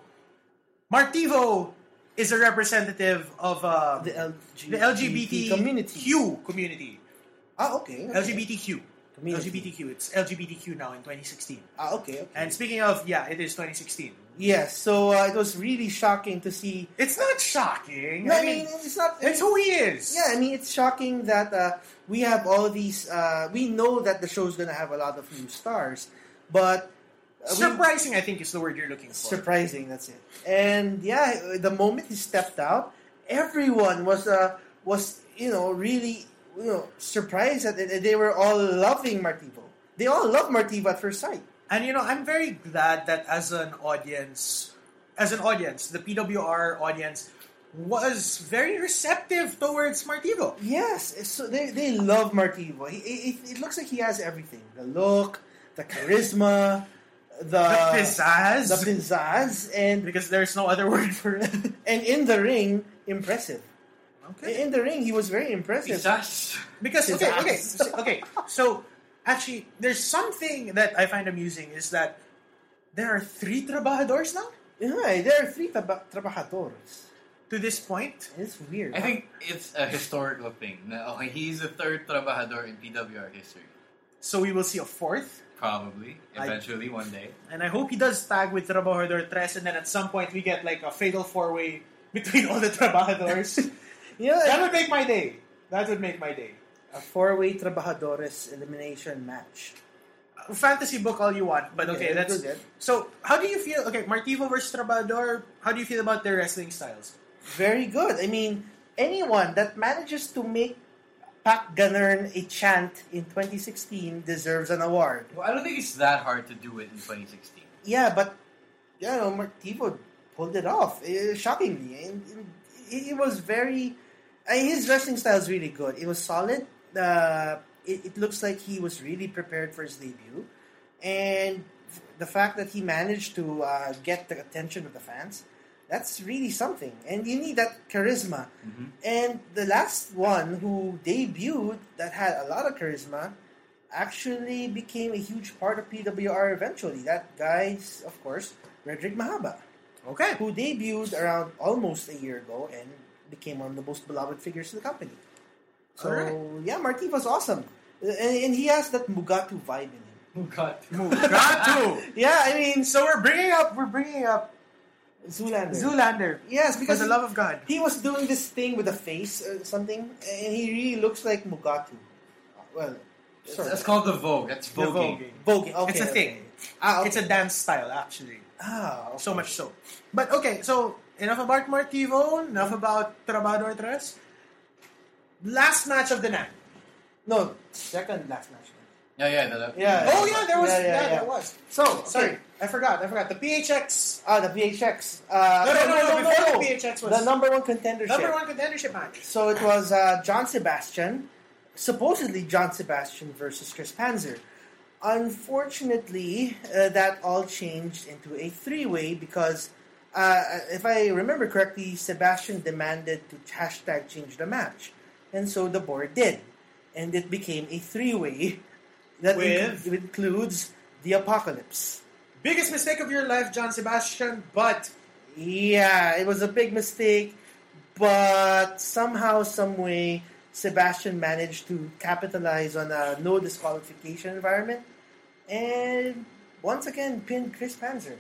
Martivo is a representative of uh, The LGBT, the LGBT community. Q community. Ah, okay. LGBTQ. Community. LGBTQ. It's LGBTQ now in 2016. Ah, okay. okay. And speaking of, yeah, it is 2016. yes, so uh, it was really shocking to see. It's not shocking. No, I mean, it's not. it's who he is. Yeah, I mean, it's shocking that uh, we have all these. Uh, we know that the show's going to have a lot of new stars, but uh, we- Surprising, I think, is the word you're looking for. surprising. That's it. And yeah, the moment he stepped out, everyone was uh, was you know really you know surprised at it. They were all loving Martivo. They all love Martivo at first sight. and you know, I'm very glad that as an audience, as an audience, the PWR audience was very receptive towards Martivo. Yes, so they, they love Martivo. He, it, it looks like he has everything: the look, the charisma, the the pizzazz, the pizzazz, and because there's no other [laughs] word for it. and in the ring, impressive. okay. In the ring, he was very impressive. He's us. Because His okay, okay, ass. so- okay. So actually, there's something that I find amusing is that there are three trabajadores now Yeah, there are three traba- trabajadores. to this point. It's weird. I think it's a historical thing. na, Okay, he's the third trabajador in PWR history. So we will see a fourth, Probably. I- Eventually, one day. and I hope he does tag with trabajador tres, and then at some point we get like a fatal four way between all the [laughs] trabajadores. you know, like, that would make my day. That would make my day. a four-way trabajadores elimination match. Fantasy book all you want, but okay, Yeah, that's good. So, how do you feel? Okay, Martivo versus Trabajador. How do you feel about their wrestling styles? Very good. I mean, anyone that manages to make Pak Ganern a chant in 2016 deserves an award. Well, I don't think it's that hard to do it in 2016. Yeah, but you know, Martivo pulled it off eh, shockingly, and and it, it was very. I mean, his wrestling style is really good. It was solid. Uh, it, it looks like he was really prepared for his debut, and the fact that he managed to uh, get the attention of the fans. That's really something, and you need that charisma. And the last one who debuted that had a lot of charisma actually became a huge part of PWR eventually. That guy's, of course, Roderick Mahaba, Okay, who debuted around almost a year ago and became one of the most beloved figures in the company. So, Alright. yeah, Martiva's awesome. And, and he has that Mugatu vibe in him. Gato. Yeah, I mean, So we're bringing up, we're bringing up Zoolander. Zoolander yes, because because the love of God. he was doing this thing with a face or something, and he really looks like Mugatu. Well, sorry. [laughs] That's called the Vogue. That's The voguing. voguing. Voguing. Okay, It's a okay. thing. Ah, okay. It's a dance style, actually. Ah, okay. So much so. But okay, so enough about Martivo. Enough about Trabador Tres. Last match of the night. No, second last match. Yeah, yeah. The, the- Yeah. Oh yeah, there was. Yeah, Yeah, yeah, yeah. there was. So, okay. Sorry, I forgot. I forgot the PHX. Ah, the PHX. Uh, No, no, no, no, before no. the PHX was- the number one contendership. Number one contendership match. So it was uh, John Sebastian, supposedly John Sebastian versus Chris Panzer. Unfortunately, uh, that all changed into a three-way because, uh, if I remember correctly, Sebastian demanded to hashtag change the match, and so the board did, and it became a three-way that With? inc- includes the Apocalypse. Biggest mistake of your life, John Sebastian. But Yeah, it was a big mistake, but somehow, some way, Sebastian managed to capitalize on a no disqualification environment and once again pinned Chris Panzer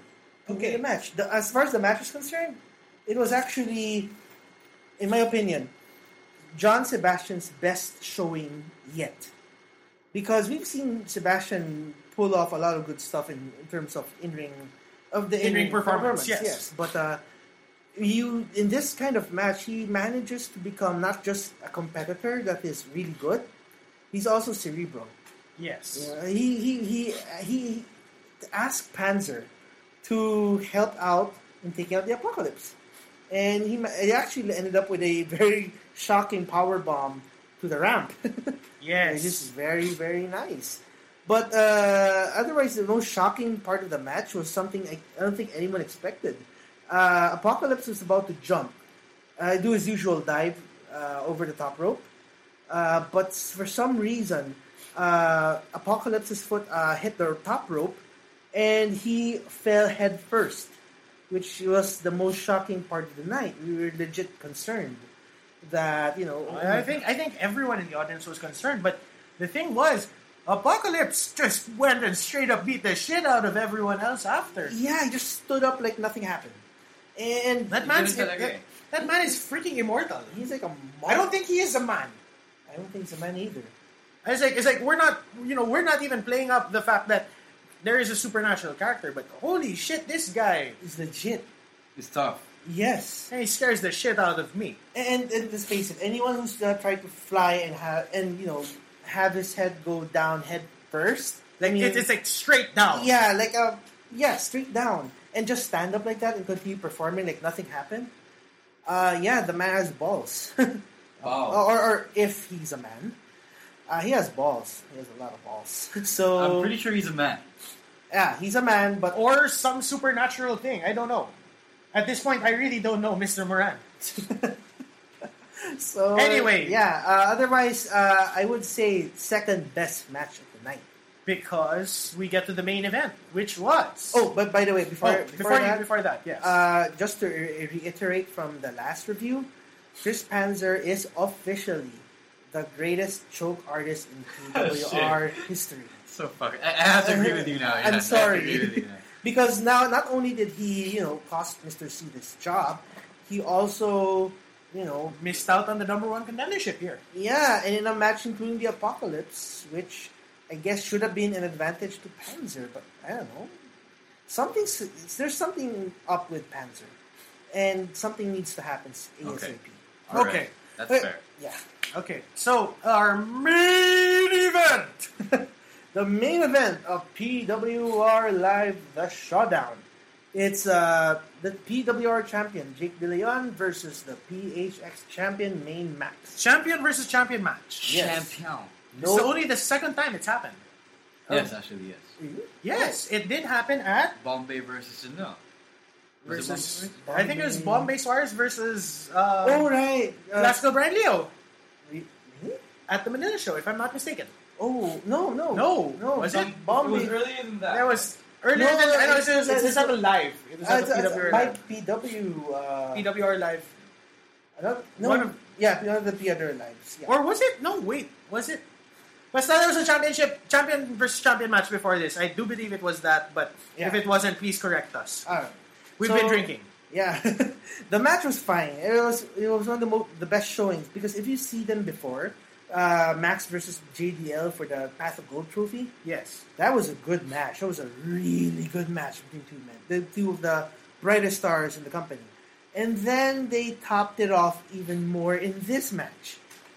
to win Okay. the match. The, as far as the match is concerned, it was actually, in my opinion, John Sebastian's best showing yet, because we've seen Sebastian pull off a lot of good stuff in, in terms of in ring of the In-ring in-ring performance, yes. but. Uh, you in this kind of match, he manages to become not just a competitor that is really good, he's also cerebral. Yes. Yeah, he he he uh, he asked Panzer to help out in taking out the apocalypse, and he, ma- he actually ended up with a very shocking power bomb to the ramp. [laughs] Yes. This is very very nice. But uh, otherwise, the most shocking part of the match was something I, I don't think anyone expected. Uh, Apocalypse was about to jump, uh, do his usual dive uh, over the top rope, uh, but s- for some reason, uh, Apocalypse's foot uh, hit the top rope, and he fell head first, which was the most shocking part of the night. We were legit concerned that you know. I think I think everyone in the audience was concerned, but the thing was, Apocalypse just went and straight up beat the shit out of everyone else after. Yeah, he just stood up like nothing happened. And That man's Ganun talaga that, eh. that man is freaking immortal. he's like a mon- I don't think he is a man. I don't think he's a man either. It's like it's like we're not you know we're not even playing up the fact that there is a supernatural character, but holy shit, this guy He's legit. It's tough. Yes. he scares the shit out of me. And, and let's face it, anyone who's uh, tried to fly and have and you know have his head go down head first, Like I mean, it- it's like straight down. yeah, like a yeah, straight down, and just stand up like that and continue performing like nothing happened. Uh, yeah, the man has balls. [laughs] Wow. or, or if he's a man, uh, he has balls. He has a lot of balls. [laughs] so I'm pretty sure he's a man. yeah, he's a man, but Or some supernatural thing. I don't know. At this point, I really don't know, Mr. Moran. [laughs] So Anyway. yeah. Uh, otherwise, uh, I would say second best match of the night. because we get to the main event, which was Oh, but by the way, before Oh, before, before, you- that, before that, yes, uh, just to re- reiterate from the last review, Chris Panzer is officially the greatest choke artist in PWR history. So fuck. I, I have to agree with you now. I'm yeah. I have to sorry. agree with you now. Because now, not only did he, you know, cost Mr. C this job, he also, you know, missed out on the number one contendership here. Yeah, and in a match including the apocalypse, which I guess should have been an advantage to Panzer, but I don't know. Something's there's something up with Panzer, and something needs to happen ASAP. Okay. All right. Okay. That's Uh, fair. Yeah, Okay, so our main event. [laughs] the main event of PWR Live: The Showdown. It's uh, the PWR champion Jake De Leon versus the PHX champion Main Max. champion versus champion match. Yes. Champion. It's only the second time it's happened. Yes, actually, yes. Yes, it did happen at Bombay versus Sindel. Was it versus. Bombay? I think it was Bombay Suarez versus uh, Oh right, uh, Glasgow Branlio re- really? at the Manila show, if I'm not mistaken. Oh no, no, No, no! was Bom- it? Bombay? It was earlier than that. That was No, earlier than I know. It was, it it's- was, it was it's- happened live. It was Uh, at it's, the it's, PWR by live. PW. Uh, PWR live. I don't- no, One of- yeah, one of the PWR lives. Yeah. Or was it? No, wait. Was it? Basta there was a championship, champion versus champion match before this. I do believe it was that, but Yeah. if it wasn't, please correct us. All right. We've So- been drinking. Yeah, [laughs] the match was fine. It was it was one of the mo- the best showings because if you see them before, uh, Max versus JDL for the Path of Gold trophy, Yes. that was a good match. That was a really good match between two men, the two of the brightest stars in the company. And then they topped it off even more in this match.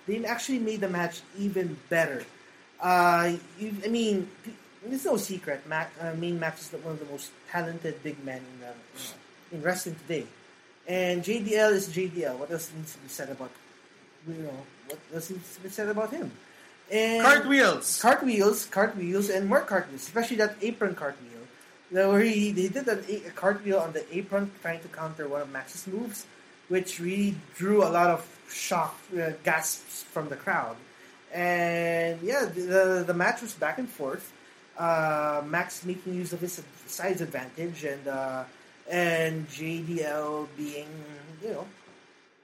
They actually made the match even better. Uh, you, I mean, it's no secret. Mac, I mean, Max is one of the most talented big men in, the, in wrestling today. And JDL is JDL. What else needs to be said about you know? What else needs to be said about him? And Cartwheels. cartwheels, cartwheels, and more cartwheels, especially that apron cartwheel. Now, Where he, he did an, a cartwheel on the apron trying to counter one of Max's moves, which really drew a lot of shock uh, gasps from the crowd. And yeah, the, the, the match was back and forth. Uh, Max making use of his size advantage, and uh, and JDL being you know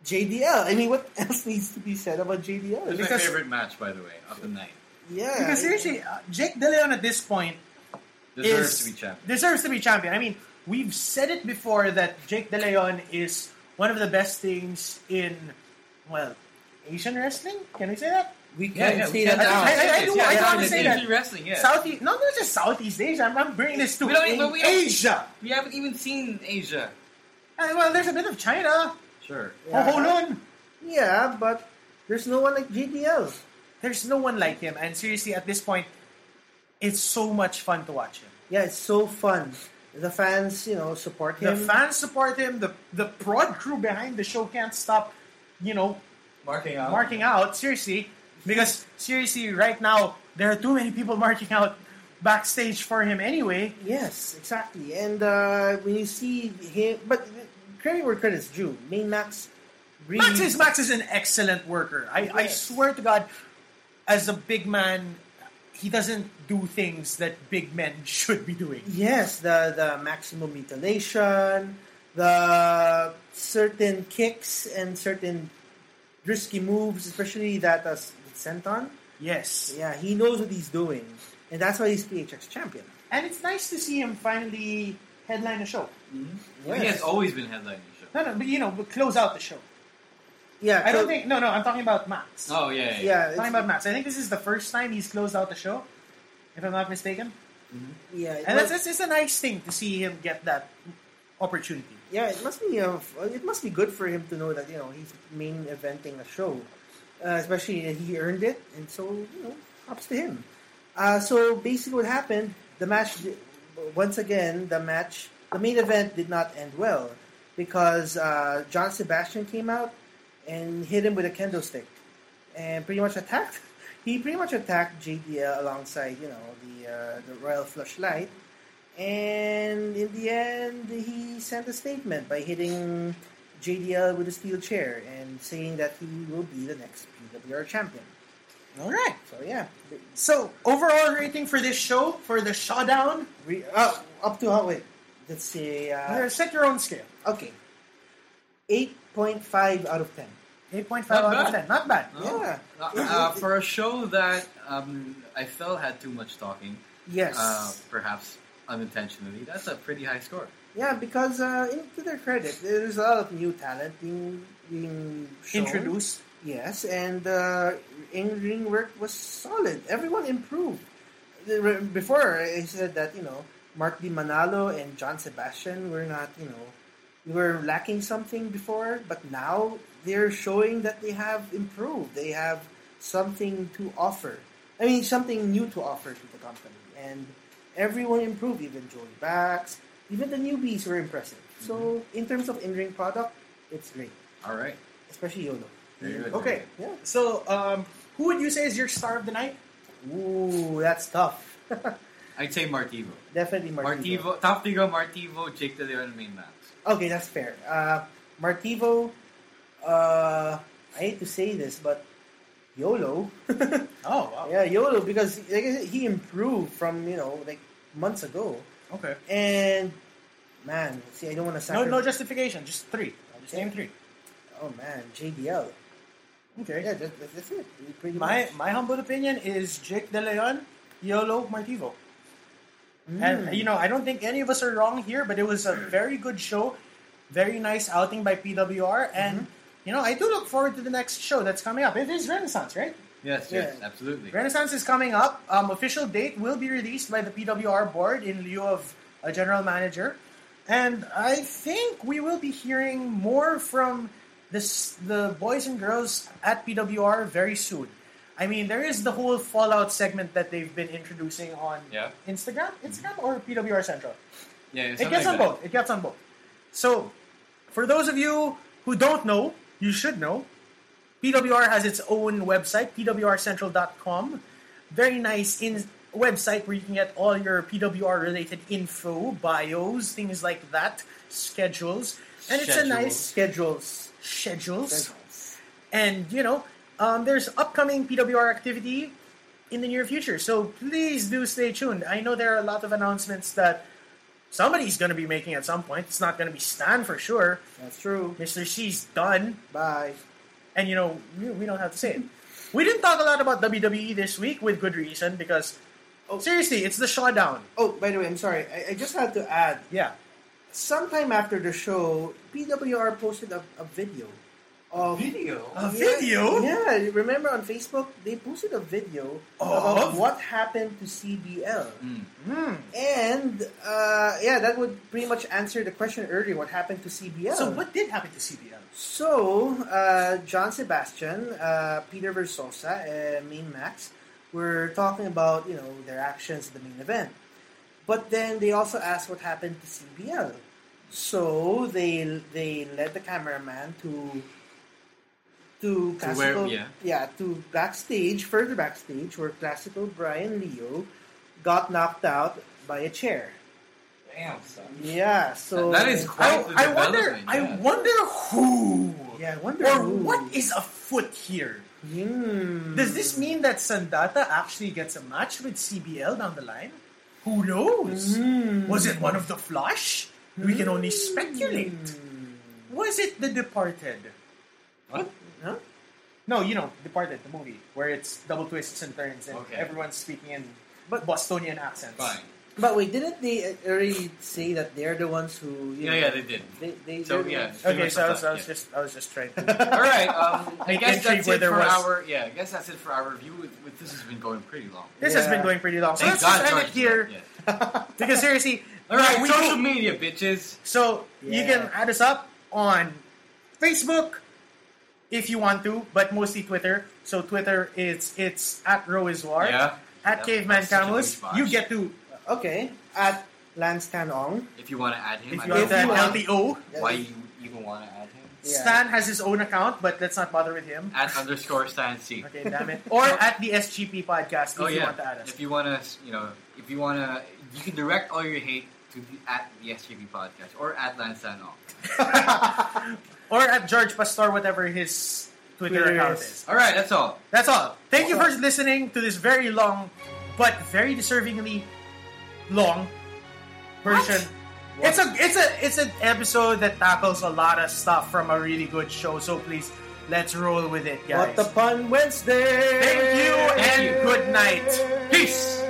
JDL. I mean, what [laughs] else needs to be said about JDL? It was my because- favorite match, by the way, of the night. yeah, Because seriously, uh, Jake De Leon at this point Deserves is- to be champion. deserves to be champion. I mean, we've said it before that Jake De Leon is one of the best things in well Asian wrestling. Can we say that? We Yeah, can't yeah, say we that can- now. I- I- yeah, I do- I do yeah, wanna it's say usually wrestling. Yeah, Southeast, no, not just Southeast Asia. I'm, I'm bringing this to We don't- in but we don't- Asia. we haven't even seen Asia. Uh, well, there's a bit of China. Sure. Oh, hold on. Yeah, but there's no one like GDL. There's no one like him, and seriously, at this point, it's so much fun to watch him. Yeah, it's so fun. The fans, you know, support The him. fans support him. The the prod crew behind the show can't stop, you know, Marking Oh. out. marking out seriously because seriously right now there are too many people [laughs] marking out backstage for him anyway Yes, exactly. And uh, when you see him, but credit where credit's due. Main Max, really, max is max is an excellent worker i, I Yes. swear to god as a big man he doesn't do things that big men should be doing Yes, the the maximum mutilation, the certain kicks and certain risky moves, especially that uh, senton. yes Yeah, he knows what he's doing, and that's why he's PHX champion. and it's nice to see him finally headline a show He has always been headlining the show. no no but you know but close out the show Yeah, i don't so- think no no i'm talking about max Oh yeah, yeah. Yeah, I'm it's- talking about max i think this is the first time he's closed out the show if i'm not mistaken yeah, it And must, that's, it's, it's a nice thing to see him get that opportunity. yeah, it must be uh, f- it must be good for him to know that you know he's main eventing a show, uh, especially that he earned it, and so you know, ups to him. Uh, so basically, what happened? The match, di- once again, the match, the main event did not end well because uh, John Sebastian came out and hit him with a kendo stick, and pretty much attacked. [laughs] He pretty much attacked JDL alongside you know the uh, the Royal Flushlight, and in the end, he sent a statement by hitting JDL with a steel chair and saying that he will be the next PWR champion. All right. So yeah, So overall rating for this show for the showdown, Re- uh, up to how wait? Let's see. uh, Uh, set your own scale. okay, eight point five out of ten. Eight point five out Not of bad. ten. Not bad. Oh, No. Yeah. Uh, uh, for a show that um, I felt had too much talking, Yes. uh, perhaps unintentionally, that's a pretty high score. yeah, because uh, in- to their credit, there's a lot of new talent being being shown. Introduced. Yes, and uh, in ring work was solid. Everyone improved. The- re- Before I said that you know Mark Di Manalo and John Sebastian were not you know we were lacking something before, but now they're showing that they have improved. They have something to offer. I mean, something new to offer to the company, and everyone improved. Even Joey Backs, even the newbies were impressive. So in terms of in ring product, it's great, All right. especially Yolo. Very good, very Okay. good. Yeah. So um, who would you say is your star of the night? Ooh, that's tough. [laughs] I'd say Martivo. Definitely Martivo. Martivo, Top Tigo, Martivo, Jake De Leon, main man. Okay, that's fair. Uh, Martivo, uh, I hate to say this, but YOLO. [laughs] Oh wow. yeah, YOLO, because like, I said, he improved from, you know, like months ago. Okay. And, man, see, I don't want to No, sound. no justification. Just three. I'll just name three. Oh, man, JBL. Okay. Yeah, that, that, that's it. Pretty My much. my humble opinion is Jake De Leon, Yolo Martivo. And you know, I don't think any of us are wrong here, but it was a very good show, very nice outing by PWR, and you know, I do look forward to the next show that's coming up. It is Renaissance, right? Yes, yes, Yeah. absolutely. Renaissance is coming up. Um, official date will be released by the PWR board in lieu of a general manager, and I think we will be hearing more from this the boys and girls at PWR very soon. I mean, there is the whole Fallout segment that they've been introducing on Yeah. Mm-hmm. Instagram, Instagram or PWR Central. Yeah, It gets on both. It gets on both. So, for those of you who don't know, you should know. PWR has its own website, pwrcentral.com. Very nice in website where you can get all your PWR related info, bios, things like that, schedules. And it's a nice schedules. schedules. schedules. And you know, um, there's upcoming PWR activity in the near future, so please do stay tuned. I know there are a lot of announcements that somebody's going to be making at some point. It's not going to be Stan for sure. That's true. Mister C's done, Bye. and you E know we, we don't have to say it. We didn't talk a lot about WWE this week with good reason because Oh. Seriously, it's the showdown. Oh, by the way, I'm sorry. I, I just had to add. Yeah. Sometime after the show, PWR posted a, a video of Video. A Yeah, video? Yeah, you remember on Facebook they posted a video Of? of what happened to CBL, Hmm. and uh, yeah, that would pretty much answer the question earlier: what happened to CBL? So what did happen to CBL? So, uh, John Sebastian, uh, Peter Versosa, uh, Main Max were talking about you know their actions at the main event, but then they also asked what happened to CBL. So they they led the cameraman to to classical yeah. to backstage further backstage where classical Brian Leo got knocked out by a chair. Damn, son. Yeah, so That- that is I, quite the I wonder. development, I yeah. wonder who yeah. I wonder or who- what is afoot here. Hmm. Does this mean that Sandata actually gets a match with CBL down the line? Who knows? Was it one of the Flush? We can only speculate. Hmm. Was it The Departed? What? Huh? No, you know, Departed, the movie, where it's double twists and turns and Okay. everyone's speaking in Bostonian accents. Fine. But wait, didn't they already say that they're the ones who? You Yeah, know, yeah, they did. They, they, So they're the yeah. ones- Okay, so I was, that, I was yeah. just, I was just trying. To... [laughs] All right. Um, [laughs] I An guess entry that's where it there for was- our. Yeah, I guess that's it for our review. With, with, this has been going pretty long. this has been Yeah. going pretty long, so Thank let's just God end it George here. did that, yeah. Because seriously, All right, we- social media, bitches. So you Yeah. can add us up on Facebook if you want to, but mostly Twitter. So Twitter it's it's at Row is War, Yeah. at That- Caveman that's such a Camus. huge box. You get to Okay, at Lance Canong. If you want to add him, if Mm, I don't you want If that you know want- LTO. why you even want to add him. Yeah. Stan has his own account, but let's not bother with him. At underscore Stan C. Okay, damn it. [laughs] Or at the SGP podcast if Oh you yeah. want to add us. If you want to, you know, if you want to, you can direct all your hate to the, at the SGP podcast or at Lance All. [laughs] Or at George Pastor, whatever his Twitter Twitter account is. is. All right, that's all. That's all. Thank you for listening to this very long, but very deservingly long version. It's a it's a it's an episode that tackles a lot of stuff from a really good show. So please, let's roll with it, guys. What the pun Wednesday? Thank you and good night. Peace.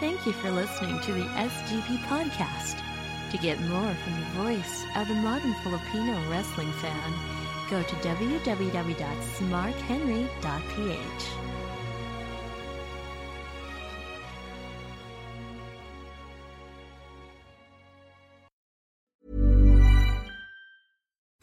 Thank you for listening to the SGP Podcast. To get more from the voice of the modern Filipino wrestling fan, go to www.smarkhenry.ph.